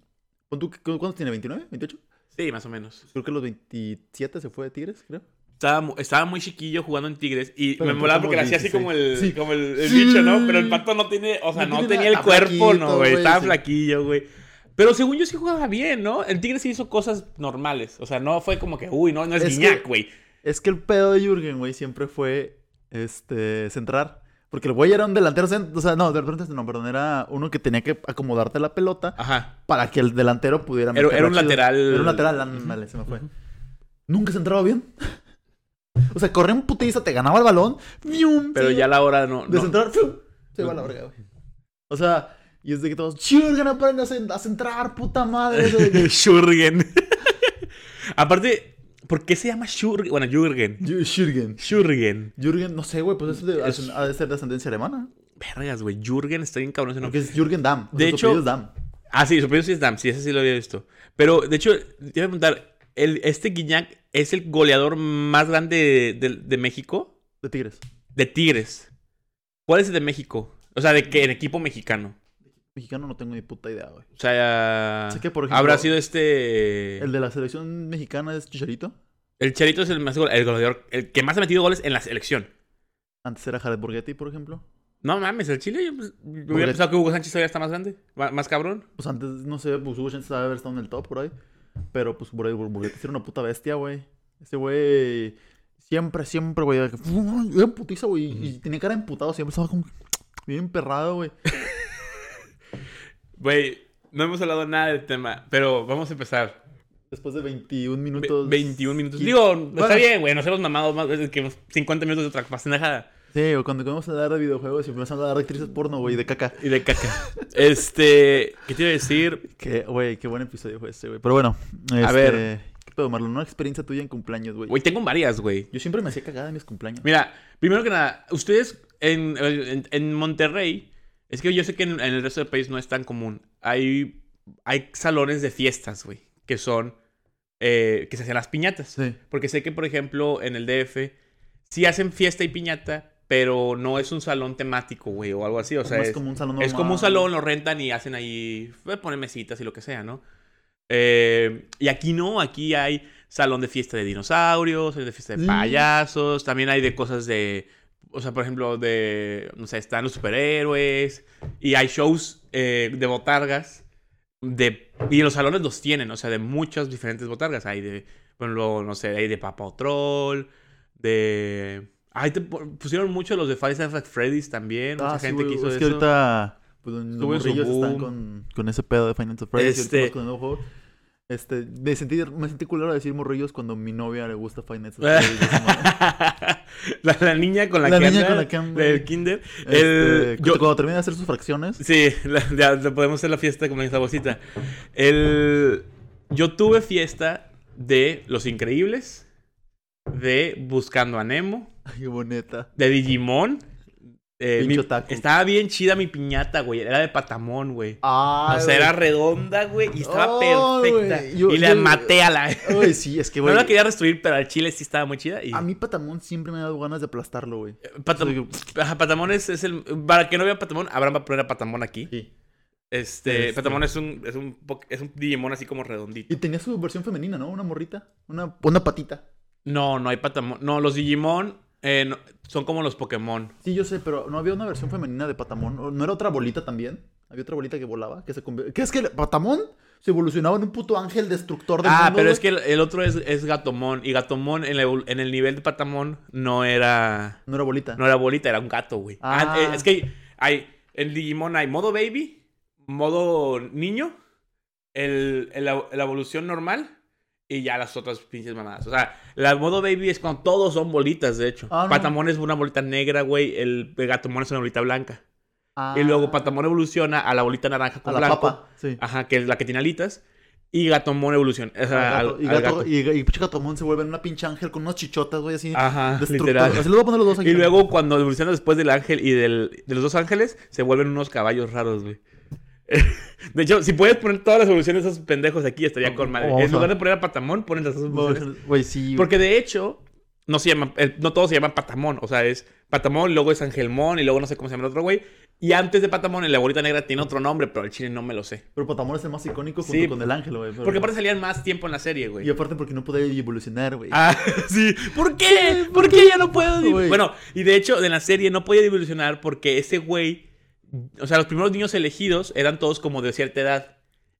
Speaker 1: ¿Pon tú que- ¿Cuántos tiene? ¿29? ¿28?
Speaker 2: sí, más o menos.
Speaker 1: Creo que los 27 se fue de Tigres, creo.
Speaker 2: Estaba, mu- estaba muy chiquillo jugando en Tigres y
Speaker 1: Pero
Speaker 2: me
Speaker 1: entró
Speaker 2: molaba
Speaker 1: como
Speaker 2: porque le hacía así
Speaker 1: 16.
Speaker 2: como el,
Speaker 1: Sí.
Speaker 2: como el, el
Speaker 1: Sí.
Speaker 2: bicho, ¿no? Pero el pato no tiene, o sea,
Speaker 1: No
Speaker 2: no,
Speaker 1: tiene
Speaker 2: tenía el
Speaker 1: nada,
Speaker 2: cuerpo, no,
Speaker 1: flaquito,
Speaker 2: güey.
Speaker 1: güey,
Speaker 2: Estaba
Speaker 1: sí.
Speaker 2: flaquillo, güey. Pero según yo sí jugaba bien, ¿no? En Tigres sí hizo cosas normales. O sea, no fue como que, uy, no, no es,
Speaker 1: Es que-
Speaker 2: Guiñac, güey.
Speaker 1: Es que el pedo de Jürgen, güey, siempre fue este centrar. Porque el güey era un delantero centro. O sea, no, delantero no, perdón. Era uno que tenía que acomodarte la pelota
Speaker 2: Ajá.
Speaker 1: para que el delantero pudiera
Speaker 2: Era- era
Speaker 1: meterla
Speaker 2: un
Speaker 1: chido.
Speaker 2: lateral.
Speaker 1: Era un lateral, ándale, se me fue. Nunca se entraba bien. O sea, corría un putiza, te ganaba el balón. ¡fium!
Speaker 2: Pero
Speaker 1: se
Speaker 2: ya a la hora no.
Speaker 1: De
Speaker 2: no.
Speaker 1: centrar, ¡fiu! se va a la verga, güey. O sea, y es de que todos, Jürgen, aprende a, cen- a centrar, puta madre. Eso de que-
Speaker 2: Shurgen. Aparte, ¿por qué se llama Shurgen? Bueno, Jürgen.
Speaker 1: Ju- Jürgen.
Speaker 2: Jürgen.
Speaker 1: Jürgen, no sé, güey, pues es de,
Speaker 2: Es-
Speaker 1: ha de ser de ascendencia alemana.
Speaker 2: Vergas, güey. Jürgen está bien cabrón ese nombre.
Speaker 1: Porque es Jürgen Damm. o
Speaker 2: De
Speaker 1: sea, su
Speaker 2: hecho-
Speaker 1: apellido es Damm.
Speaker 2: Ah, sí, su apellido sí es Dam. Sí, ese sí lo había visto. Pero, de hecho, te iba a preguntar. ¿el, ¿Este Guiñac es el goleador más grande de, de- de México?
Speaker 1: De Tigres.
Speaker 2: De Tigres. ¿Cuál es el de México? O sea, de que en equipo mexicano.
Speaker 1: Mexicano no tengo ni puta idea, güey.
Speaker 2: O sea,
Speaker 1: Sé que, por ejemplo,
Speaker 2: Ah, habrá sido este...
Speaker 1: El de la selección mexicana es Chicharito.
Speaker 2: El Charito es el, más gol- el goleador, el que más ha metido goles en la selección.
Speaker 1: Antes era Jared Borghetti, por ejemplo.
Speaker 2: No mames, el Chile, yo, pues, yo
Speaker 1: Porque-
Speaker 2: hubiera pensado que Hugo Sánchez todavía está más grande, ma- más, cabrón.
Speaker 1: Pues antes, no sé, pues Hugo Sánchez sabe haber estado en el top por ahí. Pero pues por ahí Burguete era una puta bestia, güey. Ese güey siempre, siempre, güey. Era era putiza, güey. Y tenía cara de emputado, siempre estaba como bien perrado, güey.
Speaker 2: Güey, no hemos hablado nada del tema, pero vamos a empezar.
Speaker 1: Después de 21
Speaker 2: Ve-
Speaker 1: minutos.
Speaker 2: 21 minutos.
Speaker 1: Y-
Speaker 2: Digo,
Speaker 1: Bueno.
Speaker 2: está bien, güey. Nos hemos mamado más veces que 50 minutos de otra pasinajada.
Speaker 1: Sí, o cuando comenzamos a hablar de videojuegos y empezamos a hablar de actrices porno, güey, de caca.
Speaker 2: Y de caca. este, ¿qué te iba a decir?
Speaker 1: Que, güey, qué buen episodio fue este, güey. Pero bueno, este,
Speaker 2: ver.
Speaker 1: ¿Qué pedo, Marlon? Una experiencia tuya en cumpleaños, güey.
Speaker 2: Güey, tengo varias, güey.
Speaker 1: Yo siempre me hacía cagada en mis cumpleaños.
Speaker 2: Mira, primero que nada, ustedes en, en- en Monterrey, es que yo sé que en, en el resto del país no es tan común. Hay, hay salones de fiestas, güey, que son, eh, que se hacen las piñatas.
Speaker 1: Sí.
Speaker 2: Porque sé que, por ejemplo, en el DF sí hacen fiesta y piñata, pero no es un salón temático, güey, o algo así. O sea,
Speaker 1: es,
Speaker 2: es,
Speaker 1: como un salón
Speaker 2: es como un
Speaker 1: normal.
Speaker 2: salón, lo rentan y hacen ahí, eh, ponen mesitas y lo que sea, ¿no? Eh, y aquí no, aquí hay salón de fiesta de dinosaurios, salón de fiesta de
Speaker 1: Mm.
Speaker 2: payasos, también hay de cosas de, o sea, por ejemplo, de, no sé, están los superhéroes y hay shows eh, de botargas. De, y los salones los tienen, o sea, de muchas diferentes botargas. Hay de, por ejemplo, no sé, hay de Papa Troll, de... Ay, te pu- pusieron mucho los de Five Nights at Freddy's también.
Speaker 1: Ah,
Speaker 2: mucha
Speaker 1: sí,
Speaker 2: gente
Speaker 1: güey,
Speaker 2: que hizo
Speaker 1: es
Speaker 2: eso.
Speaker 1: que ahorita pues, los
Speaker 2: Estuvo en su
Speaker 1: morrillos están
Speaker 2: boom.
Speaker 1: con, con ese pedo de Financial Fridays.
Speaker 2: Este-
Speaker 1: Este... Con el nuevo juego. Este, me sentí, me sentí culero de decir morrillos cuando a mi novia le gusta Financial Fridays.
Speaker 2: la, la niña con la,
Speaker 1: La
Speaker 2: que
Speaker 1: niña
Speaker 2: anda,
Speaker 1: con la que anda.
Speaker 2: del kinder.
Speaker 1: Este,
Speaker 2: El-
Speaker 1: cu-
Speaker 2: yo-
Speaker 1: Cuando termina de hacer sus fracciones,
Speaker 2: sí, la- ya la podemos hacer la fiesta con esa bolsita. El, yo tuve fiesta de Los Increíbles, de Buscando a Nemo,
Speaker 1: ay, qué bonita.
Speaker 2: de Digimon. Eh,
Speaker 1: Pinche
Speaker 2: mi-
Speaker 1: otaku.
Speaker 2: estaba bien chida mi piñata, güey. Era de patamón, güey.
Speaker 1: Ah,
Speaker 2: o sea, era redonda, güey, y estaba
Speaker 1: Oh,
Speaker 2: perfecta.
Speaker 1: güey, yo-
Speaker 2: y la
Speaker 1: yo-
Speaker 2: maté a la.
Speaker 1: Güey, sí, es que,
Speaker 2: No
Speaker 1: güey.
Speaker 2: la quería destruir, pero al chile sí estaba muy chida. Y...
Speaker 1: A mí Patamón siempre me ha dado ganas de aplastarlo, güey.
Speaker 2: Patam- Ajá, Patamón es, es el. Para que no vea Patamón, Abraham va a poner a Patamón aquí.
Speaker 1: Sí.
Speaker 2: Este,
Speaker 1: Este.
Speaker 2: Patamón es un, es un po- es un Digimon así como redondito.
Speaker 1: Y tenía su versión femenina, ¿no? Una morrita. Una, una patita.
Speaker 2: No, no hay Patamón. No, los Digimon eh, no- son como los Pokémon.
Speaker 1: Sí, yo sé, pero no había una versión femenina de Patamón. ¿O ¿No era otra bolita también? Había otra bolita que volaba. Que se conv- ¿Qué es que el- Patamón se evolucionaba en un puto ángel destructor del
Speaker 2: Ah,
Speaker 1: mundo,
Speaker 2: pero
Speaker 1: güey?
Speaker 2: es que el, el otro es, es Gatomón. Y Gatomón en, la evol- en el nivel de Patamón no era.
Speaker 1: No era bolita.
Speaker 2: No era bolita, era un gato, güey.
Speaker 1: Ah.
Speaker 2: Ah, eh, es que hay. En Digimon hay modo baby, modo niño, el, el- la la evolución normal y ya las otras pinches mamadas. O sea, la modo baby es cuando todos son bolitas, de hecho.
Speaker 1: Ah, no.
Speaker 2: Patamón es una bolita negra, güey. El, el gatomón es una bolita blanca.
Speaker 1: Ah,
Speaker 2: Y luego Patamón evoluciona a la bolita naranja
Speaker 1: A
Speaker 2: con
Speaker 1: la
Speaker 2: blanco.
Speaker 1: papa. Sí.
Speaker 2: Ajá, que es la que tiene alitas. Y Gatomón evoluciona. O sea,
Speaker 1: Al
Speaker 2: al-
Speaker 1: gato- y,
Speaker 2: al
Speaker 1: gato-
Speaker 2: gato.
Speaker 1: y, y pinche Gatomón se vuelve en una pinche ángel con unas chichotas, güey, así.
Speaker 2: Ajá,
Speaker 1: destructor.
Speaker 2: Ah, literal.
Speaker 1: Así les voy a poner los dos aquí.
Speaker 2: Y luego cuando evolucionan después del ángel y del, de los dos ángeles, se vuelven unos caballos raros, güey. De hecho, si puedes poner todas las evoluciones de esos pendejos aquí, estaría con madre.
Speaker 1: Vamos
Speaker 2: En lugar
Speaker 1: a-
Speaker 2: de poner a Patamón, ponen las dos evoluciones.
Speaker 1: Güey, sí. güey.
Speaker 2: Porque de hecho, no se llama, el- no todos se llaman Patamón. O sea, es Patamón, luego es Angelmón y luego no sé cómo se llama el otro güey. Y antes de Patamón, en la bolita negra tiene otro nombre, pero el chile no me lo sé.
Speaker 1: Pero Patamón es el más icónico junto
Speaker 2: Sí.
Speaker 1: con el ángel, güey. pero-
Speaker 2: Porque aparte salían más tiempo en la serie, güey.
Speaker 1: Y aparte porque no podía evolucionar, güey.
Speaker 2: Ah, sí. ¿Por qué? ¿Por qué ya no puedo? div-
Speaker 1: Güey.
Speaker 2: Bueno, y de hecho, en la serie no podía evolucionar porque ese güey. O sea, los primeros niños elegidos eran todos como de cierta edad.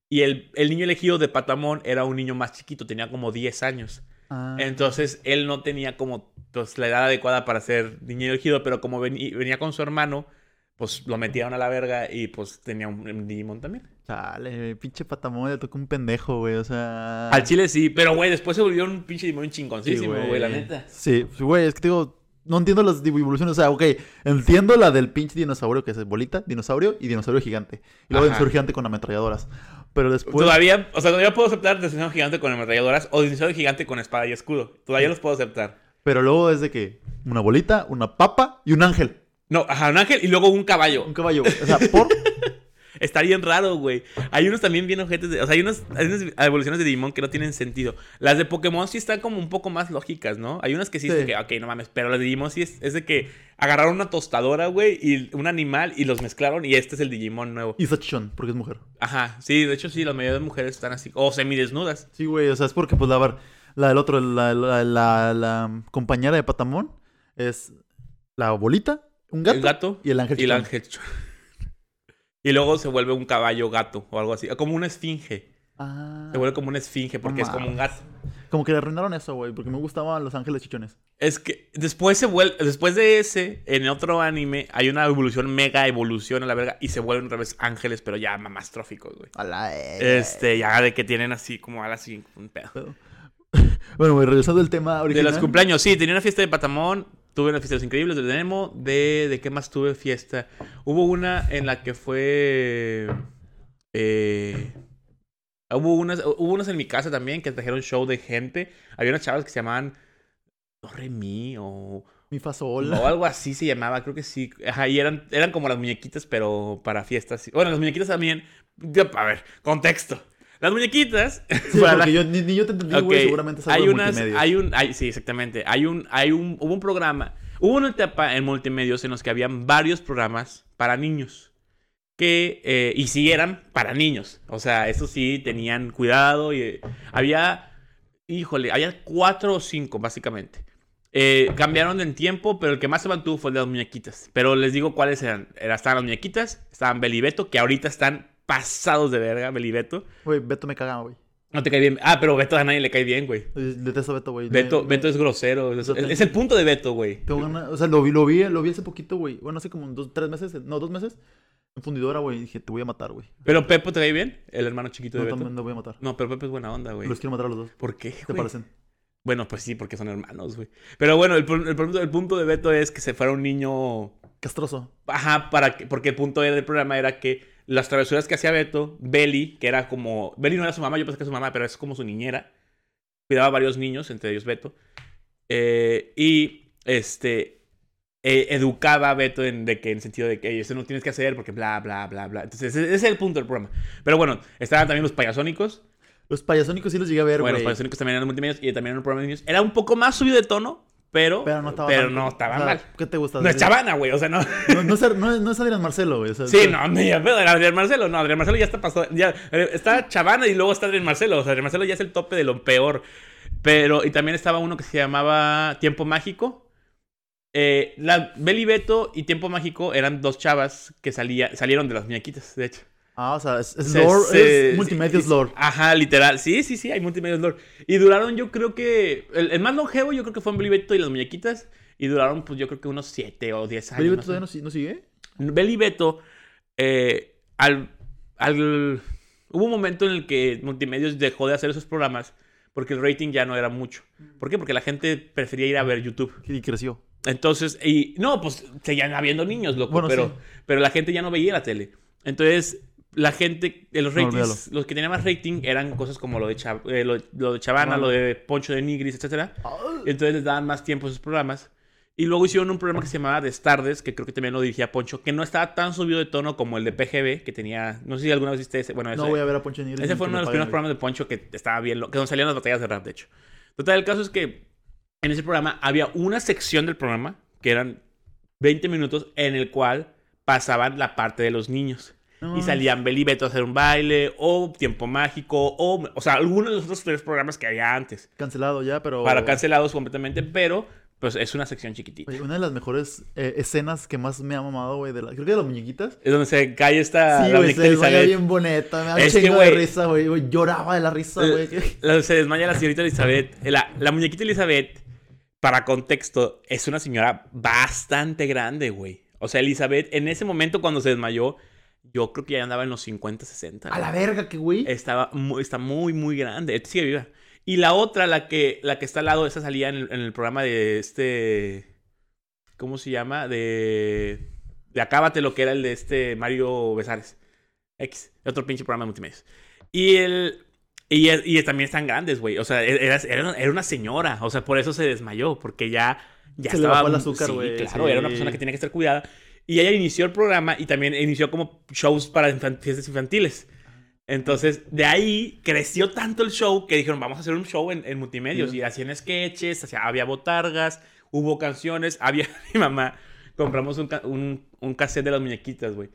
Speaker 2: Y el, el niño elegido de Patamón era un niño más chiquito, tenía como 10 años.
Speaker 1: Ah.
Speaker 2: Entonces él no tenía como pues, la edad adecuada para ser niño elegido, pero como veni- venía con su hermano, pues lo metieron a la verga y pues tenía un, un Digimon también.
Speaker 1: Chale, güey, pinche patamón le tocó un pendejo, güey, o sea...
Speaker 2: Al chile sí, pero güey, después se volvió un pinche Digimon chingoncísimo, güey, la neta.
Speaker 1: Sí, pues, güey, es que te digo, no entiendo las evoluciones, o sea, ok, entiendo la del pinche dinosaurio que es bolita, dinosaurio y dinosaurio gigante. Y luego
Speaker 2: Ajá.
Speaker 1: dinosaurio gigante con ametralladoras. Pero después...
Speaker 2: Todavía, o sea, todavía puedo aceptar dinosaurio gigante con ametralladoras o dinosaurio gigante con espada y escudo. Todavía los puedo aceptar.
Speaker 1: Pero luego es de que una bolita, una papa y un ángel.
Speaker 2: No, ajá, un ángel y luego un caballo.
Speaker 1: Un caballo, güey. O sea, por...
Speaker 2: Está bien raro, güey. Hay unos también bien ojetes. de- o sea, hay unas, hay unas evoluciones de Digimon que no tienen sentido. Las de Pokémon sí están como un poco más lógicas, ¿no? Hay unas que sí, es de
Speaker 1: Sí.
Speaker 2: que, ok, no mames. Pero las de Digimon sí es, es de que agarraron una tostadora, güey, y un animal y los mezclaron y este es el Digimon nuevo.
Speaker 1: y Sachichón, porque es mujer.
Speaker 2: Ajá, sí, de hecho sí, la mayoría de mujeres están así. O semidesnudas.
Speaker 1: Sí, güey, o sea, es porque, pues, la, ver- la del otro, la, la, la- la compañera de patamón es la bolita, un gato,
Speaker 2: El gato.
Speaker 1: y el ángel.
Speaker 2: Y el
Speaker 1: chichón.
Speaker 2: ángel. Y luego se vuelve un caballo gato o algo así. Como una esfinge.
Speaker 1: Ah,
Speaker 2: Se vuelve como una esfinge porque es como un gato.
Speaker 1: como que le arruinaron eso, güey, porque me gustaban Los Ángeles Chichones.
Speaker 2: Es que después se vuelve, después de ese, en otro anime, hay una evolución, mega evolución a la verga, y se vuelven otra vez ángeles, pero ya más tróficos, güey.
Speaker 1: A la eh.
Speaker 2: Este, ya de que tienen así como alas así, un pedo.
Speaker 1: Bueno, güey, regresando al tema
Speaker 2: De
Speaker 1: original.
Speaker 2: los cumpleaños, sí, tenía una fiesta de Patamón, tuve una fiesta de los increíbles, de Nemo, de, de qué más tuve fiesta. Hubo una en la que fue. eh, hubo unas, hubo unas en mi casa también que trajeron show de gente. Había unas chavas que se llamaban Doremi o,
Speaker 1: Mi fasola.
Speaker 2: o algo así se llamaba, creo que sí. Ajá, y eran, eran como las muñequitas, pero para fiestas. Bueno, las muñequitas también. A ver, contexto. Las muñequitas.
Speaker 1: Sí,
Speaker 2: para la-
Speaker 1: porque yo, ni, ni yo te entendí, güey,
Speaker 2: Ok,
Speaker 1: seguramente es algo
Speaker 2: hay
Speaker 1: de
Speaker 2: unas,
Speaker 1: multimedia.
Speaker 2: hay un, hay, sí, exactamente. Hay un, hay un, hubo un programa, hubo una etapa en multimedios en los que habían varios programas para niños que eh, y sí eran para niños, o sea, estos sí tenían cuidado y eh, había, híjole, había cuatro o cinco básicamente. Eh, cambiaron en tiempo, pero el que más se mantuvo fue el de las muñequitas. Pero les digo cuáles eran. Era- Estaban las muñequitas, estaban Belibeto, que ahorita están pasados de verga, Belibeto.
Speaker 1: Güey, Beto me cagaba, güey.
Speaker 2: No te cae bien. Ah, pero Beto a nadie le cae bien, güey.
Speaker 1: Detesto a Beto, güey.
Speaker 2: Beto,
Speaker 1: Me-
Speaker 2: Beto es grosero. Es,
Speaker 1: Yo tengo-
Speaker 2: es el punto de Beto, güey.
Speaker 1: Tengo ganas- o sea, lo vi, lo vi, lo vi hace poquito, güey. Bueno, hace como dos, tres meses, no, dos meses. En fundidora, güey. Dije, te voy a matar, güey.
Speaker 2: Pero Pepo te cae bien, el hermano chiquito de
Speaker 1: No,
Speaker 2: Beto.
Speaker 1: también lo voy a matar.
Speaker 2: No, pero Pepe es buena onda, güey.
Speaker 1: Los quiero matar a los dos.
Speaker 2: ¿Por qué?
Speaker 1: ¿Te
Speaker 2: güey?
Speaker 1: parecen?
Speaker 2: Bueno, pues sí, porque son hermanos, güey. Pero bueno, el, pun- el punto, el punto de Beto es que se fuera un niño.
Speaker 1: Castroso.
Speaker 2: Ajá, para que, porque el punto era del programa era que las travesuras que hacía Beto, Beli, que era como. Beli no era su mamá, yo pensé que era su mamá, pero es como su niñera. Cuidaba a varios niños, entre ellos Beto. Eh, y este. eh, educaba a Beto en, de que, en el sentido de que "Ey, eso no tienes que hacer porque bla, bla, bla, bla. Entonces, ese, ese es el punto del programa. Pero bueno, estaban también los payasónicos.
Speaker 1: Los payasónicos sí los llegué a ver, güey.
Speaker 2: bueno, pues, los payasónicos también eran multimedios y también eran un programa de niños. Era un poco más subido de tono, pero.
Speaker 1: pero no estaba
Speaker 2: pero
Speaker 1: tan-
Speaker 2: no estaba
Speaker 1: o sea,
Speaker 2: mal.
Speaker 1: ¿Qué te gusta?
Speaker 2: No es chavana, güey, o sea, no.
Speaker 1: No, no es, Ad- no, es- no es Adrián Marcelo, güey. o sea,
Speaker 2: Sí,
Speaker 1: o sea,
Speaker 2: no, me pero Adrián Marcelo, no, Adrián Marcelo ya está pasado, ya eh, está Chavana y luego está Adrián Marcelo, o sea, Adrián Marcelo ya es el tope de lo peor. Pero, y también estaba uno que se llamaba Tiempo Mágico. Eh, la Beli Beto y Tiempo Mágico eran dos chavas que salía, salieron de las muñequitas, de hecho.
Speaker 1: Ah, o sea, es, es
Speaker 2: Se-
Speaker 1: lore,
Speaker 2: se-
Speaker 1: es multimedios
Speaker 2: sí,
Speaker 1: lore.
Speaker 2: Ajá, literal. Sí, sí, sí, hay multimedios lore. Y duraron, yo creo que. El, el más longevo, yo creo que fue en Beli Beto y las muñequitas. Y duraron, pues yo creo que unos 7 o 10 años.
Speaker 1: Oye, ¿tú
Speaker 2: más o
Speaker 1: todavía no, si- no sigue?
Speaker 2: Beli Beto, eh, al, al- hubo un momento en el que Multimedios dejó de hacer esos programas porque el rating ya no era mucho.
Speaker 1: Mm.
Speaker 2: ¿Por qué? Porque la gente prefería ir a ver YouTube.
Speaker 1: Y creció.
Speaker 2: Entonces, y no, pues seguían habiendo niños, loco,
Speaker 1: Bueno,
Speaker 2: pero,
Speaker 1: sí.
Speaker 2: pero la gente ya no veía la tele. Entonces, la gente, eh, los
Speaker 1: No,
Speaker 2: ratings,
Speaker 1: olvídalo.
Speaker 2: los que tenían más rating eran cosas como lo de, Chav- eh, lo, lo de Chavana,
Speaker 1: Chavana.
Speaker 2: lo de Poncho de Nigris, etcétera.
Speaker 1: Ah,
Speaker 2: Entonces les daban más tiempo a esos programas. Y luego hicieron un programa que se llamaba Destardes, que creo que también lo dirigía Poncho, que no estaba tan subido de tono como el de PGB, que tenía. No sé si alguna vez viste ese. Bueno, ese,
Speaker 1: No voy a ver a Poncho Nigris.
Speaker 2: ese
Speaker 1: ni
Speaker 2: fue
Speaker 1: que
Speaker 2: uno
Speaker 1: me
Speaker 2: de los primeros
Speaker 1: paguen, güey.
Speaker 2: programas de Poncho que estaba bien. lo- Que donde salían las batallas de rap, de hecho. Total, el caso es que en ese programa había una sección del programa, que eran 20 minutos, en el cual pasaban la parte de los niños.
Speaker 1: No
Speaker 2: Y
Speaker 1: mames.
Speaker 2: salían Beli y Beto a hacer un baile, o Tiempo Mágico, o, o sea, algunos de los otros tres programas que había antes
Speaker 1: Cancelado ya, pero.
Speaker 2: para cancelados completamente, pero pues es una sección chiquitita.
Speaker 1: Oye, una de las mejores eh, escenas que más me ha mamado, güey, de la... creo que de las muñequitas.
Speaker 2: Es donde se cae esta
Speaker 1: sí,
Speaker 2: la
Speaker 1: güey,
Speaker 2: muñeca
Speaker 1: se
Speaker 2: de
Speaker 1: desmaya
Speaker 2: Elizabeth.
Speaker 1: bien bonita, me da un
Speaker 2: Es que,
Speaker 1: chingo de
Speaker 2: güey,
Speaker 1: risa, güey, güey, lloraba de la risa,
Speaker 2: eh,
Speaker 1: güey. que-
Speaker 2: La- se desmaya la señorita Elizabeth. La, la muñequita Elizabeth, para contexto, es una señora bastante grande, güey. O sea, Elizabeth, en ese momento cuando se desmayó, yo creo que ya andaba en los 50, 60.
Speaker 1: A la verga, que güey.
Speaker 2: Estaba muy, está muy, muy grande. Este Sigue viva. Y la otra, la que, la que está al lado, esa salía en el, en el programa de este. ¿Cómo se llama? De. De Acábate lo que era el de este Mario Besares. X. Otro pinche programa de multimedia. Y el. Y, es- y es- también están grandes, güey. O sea, e-, era, era- era una señora. O sea, por eso se desmayó. Porque ya. ya
Speaker 1: Se le
Speaker 2: estaba,
Speaker 1: bajó el azúcar,
Speaker 2: sí,
Speaker 1: güey,
Speaker 2: claro,
Speaker 1: sí.
Speaker 2: era una persona que tenía que estar cuidada. Y ella inició el programa y también inició como shows para infan- fiestas infantiles. Entonces, de ahí creció tanto el show que dijeron, vamos a hacer un show en, en multimedios.
Speaker 1: Sí.
Speaker 2: Y hacían sketches, hacía- había botargas, hubo canciones. Había, mi mamá, compramos un, ca- un, un cassette de las muñequitas, güey.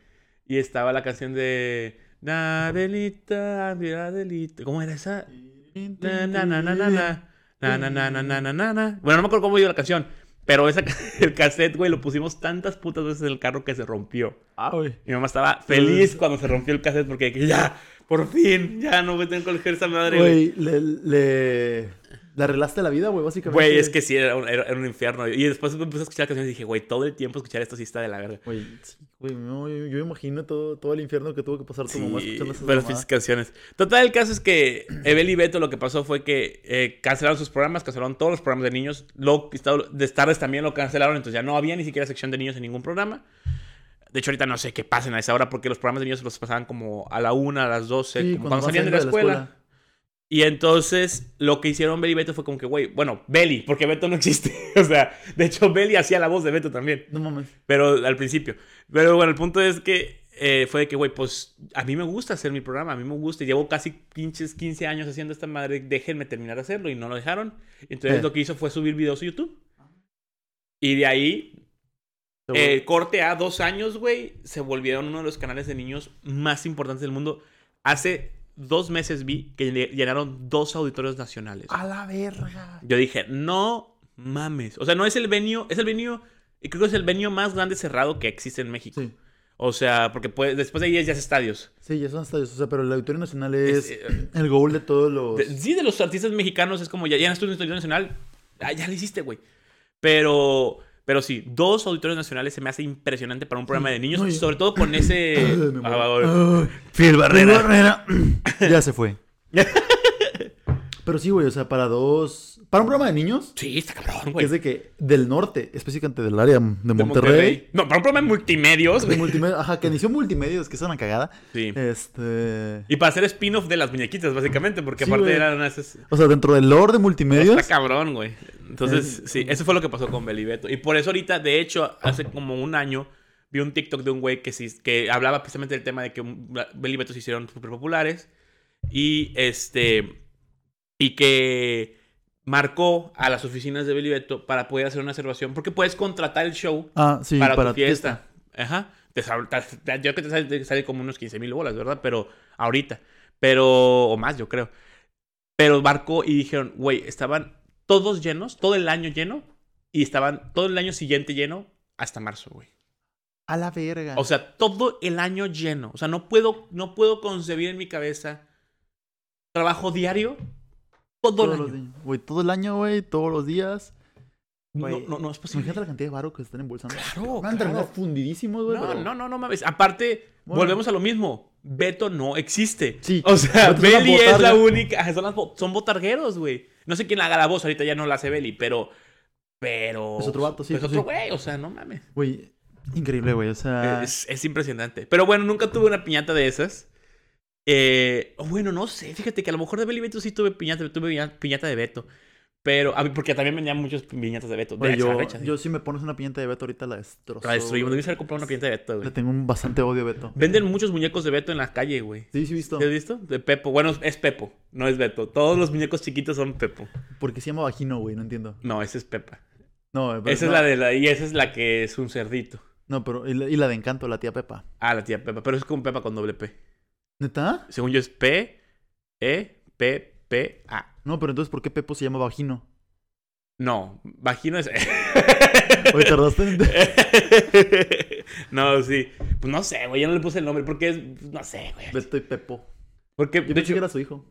Speaker 2: Y estaba la canción de... Na, Adelita, mira, Adelita. ¿Cómo era esa? eh, Na, na, na, na, na, na. Na, na, na, na, na, na, na, na. Bueno, no me acuerdo cómo iba la canción. Pero esa, el cassette, güey, lo pusimos tantas putas veces en el carro que se rompió.
Speaker 1: Ah, güey.
Speaker 2: Mi mamá estaba feliz cuando se rompió el cassette porque dije, ya, por fin, ya no voy a tener que coger esa madre, güey.
Speaker 1: Güey, le, le, le arreglaste la vida, güey, básicamente.
Speaker 2: Güey, es que sí, era un, era- era un infierno. Y después empecé a escuchar canciones y dije, güey, todo el tiempo escuchar esto sí está de la verga.
Speaker 1: Güey, sí, güey, no, yo, yo me imagino todo, todo el infierno que tuvo que pasar tu mamá
Speaker 2: Sí,
Speaker 1: escuchando esas
Speaker 2: pero
Speaker 1: mamadas.
Speaker 2: las pinches canciones. Total, el caso es que Evel y Beto lo que pasó fue que eh, cancelaron sus programas, cancelaron todos los programas de niños. Luego, estado- de tardes también lo cancelaron, entonces ya no había ni siquiera sección de niños en ningún programa. De hecho, ahorita no sé qué pasen a esa hora porque los programas de niños los pasaban como a la una, a las doce,
Speaker 1: Sí,
Speaker 2: como cuando
Speaker 1: vas
Speaker 2: salían de la
Speaker 1: saliendo
Speaker 2: escuela. Y entonces lo que hicieron Beli y Beto fue como que, güey, bueno, Beli, porque Beto no existe. o sea, de hecho, Beli hacía la voz de Beto también.
Speaker 1: No mames.
Speaker 2: Pero al principio. Pero bueno, el punto es que eh, fue de que, güey, pues a mí me gusta hacer mi programa, a mí me gusta. y Llevo casi pinches 15 años haciendo esta madre, déjenme terminar de hacerlo y no lo dejaron. Entonces
Speaker 1: Eh.
Speaker 2: lo que hizo fue subir videos a YouTube. Y de ahí, eh, corte a dos años, güey, se volvieron uno de los canales de niños más importantes del mundo. Hace dos meses vi que lle- llenaron dos auditorios nacionales.
Speaker 1: a la verga.
Speaker 2: Yo dije, no mames. O sea, no es el venio, es el venio, y creo que es el venio más grande cerrado que existe en México.
Speaker 1: Sí,
Speaker 2: O sea, porque puede- después de ahí es ya es estadios.
Speaker 1: sí, ya son estadios. O sea, pero el Auditorio Nacional es,
Speaker 2: Es, eh,
Speaker 1: el goal de todos los.
Speaker 2: de- sí, de los artistas mexicanos es como ya, ya en estudio nacional, ah, ya lo hiciste, güey. Pero, pero sí, dos auditorios nacionales se me hace impresionante para un programa de niños,
Speaker 1: No, y-
Speaker 2: sobre todo con ese.
Speaker 1: Me
Speaker 2: Ah,
Speaker 1: muero.
Speaker 2: va, va, va.
Speaker 1: Ay, Phil Barrera. ya se fue. pero sí, güey, o sea, para dos. Para un programa de niños,
Speaker 2: sí, está cabrón,
Speaker 1: que
Speaker 2: güey.
Speaker 1: es de que del norte, específicamente del área de Monterrey.
Speaker 2: De No, para un programa de multimedios,
Speaker 1: de
Speaker 2: güey.
Speaker 1: multimedia, ajá, que inició multimedios, que es una cagada.
Speaker 2: Sí.
Speaker 1: eh. Este.
Speaker 2: Y para hacer spin-off de las muñequitas, básicamente, porque
Speaker 1: Sí,
Speaker 2: aparte
Speaker 1: güey.
Speaker 2: eran esas.
Speaker 1: O sea, dentro del lore de multimedios.
Speaker 2: Está cabrón, güey.
Speaker 1: Eh.
Speaker 2: Entonces, sí, eso fue lo que pasó con Belibeto. Y por eso ahorita, de hecho, hace como un año, vi un TikTok de un güey que, sí- que hablaba precisamente del tema de que Belibeto se hicieron súper populares. Y este. Y que marcó a las oficinas de Belibeto para poder hacer una observación. Porque puedes contratar el show
Speaker 1: Ah, sí,
Speaker 2: para,
Speaker 1: para,
Speaker 2: tu fiesta. Ajá. Te sal- te- te- yo creo que te sale, te sale como unos 15 mil bolas, ¿verdad? Pero ahorita. Pero, o más, yo creo. Pero barco y dijeron, güey, estaban todos llenos, todo el año lleno, y estaban todo el año siguiente lleno hasta marzo, güey.
Speaker 1: A la verga.
Speaker 2: O sea, todo el año lleno. O sea, no puedo, no puedo concebir en mi cabeza trabajo diario todo el
Speaker 1: todos los
Speaker 2: año.
Speaker 1: días. Güey, todo el año, güey, todos los días.
Speaker 2: No,
Speaker 1: Güey,
Speaker 2: no, no es posible.
Speaker 1: Imagínate la cantidad de varo que están embolsando.
Speaker 2: Claro,
Speaker 1: Van a terminar
Speaker 2: claro.
Speaker 1: fundidísimos, güey.
Speaker 2: No,
Speaker 1: pero-
Speaker 2: no, no, no mames. Aparte,
Speaker 1: Bueno.
Speaker 2: volvemos a lo mismo. Beto no existe.
Speaker 1: Sí.
Speaker 2: O sea,
Speaker 1: Beto es una
Speaker 2: Beli es la
Speaker 1: botarga.
Speaker 2: única. ajá, Son, las bo- son botargueros, güey. No sé quién haga la voz, ahorita ya no la hace Beli, pero. Pero.
Speaker 1: Es otro vato, sí,
Speaker 2: Es
Speaker 1: sí. Ah.
Speaker 2: otro güey, o sea, no mames.
Speaker 1: Güey, increíble, güey. O sea.
Speaker 2: Es, es impresionante. Pero bueno, nunca tuve una piñata de esas. Eh, o bueno, no sé. Fíjate que a lo mejor de Beli y Beto sí tuve piñata, tuve piña- piñata de Beto. Pero, a mí, porque también vendían muchas piñatas de Beto. De
Speaker 1: güey,
Speaker 2: ¿eh? hecho, a
Speaker 1: yo,
Speaker 2: la fecha, sí.
Speaker 1: yo si me pones una piñata de Beto ahorita la destrozo.
Speaker 2: la destruimos.
Speaker 1: güey.
Speaker 2: Debí haber comprado una piñata de Beto,
Speaker 1: Le
Speaker 2: güey.
Speaker 1: tengo un bastante odio a Beto.
Speaker 2: Venden muchos muñecos de Beto en la calle, güey.
Speaker 1: Sí, sí, he visto.
Speaker 2: ¿Te has visto? De Pepo. Bueno, es Pepo, no es Beto. Todos los muñecos chiquitos son Pepo.
Speaker 1: ¿Por qué se llama Vagino, güey? No entiendo.
Speaker 2: No, esa es Pepa.
Speaker 1: No, eh, pero,
Speaker 2: esa
Speaker 1: no,
Speaker 2: es la de la. Y esa es la que es un cerdito.
Speaker 1: No, pero. Y la, y la de Encanto, la tía Pepa.
Speaker 2: Ah, la tía Pepa. Pero es como Pepa con doble P.
Speaker 1: ¿Neta?
Speaker 2: Según yo es P, E, P, P, A.
Speaker 1: No, pero entonces, ¿por qué Pepo se llama Vagino?
Speaker 2: No, vagino es.
Speaker 1: Oye, tardaste en.
Speaker 2: no, sí. Pues no sé, güey. Yo no le puse el nombre porque es. No sé, güey.
Speaker 1: Beto y Pepo.
Speaker 2: Porque.
Speaker 1: Yo
Speaker 2: de
Speaker 1: pensé que
Speaker 2: hecho-
Speaker 1: era su hijo.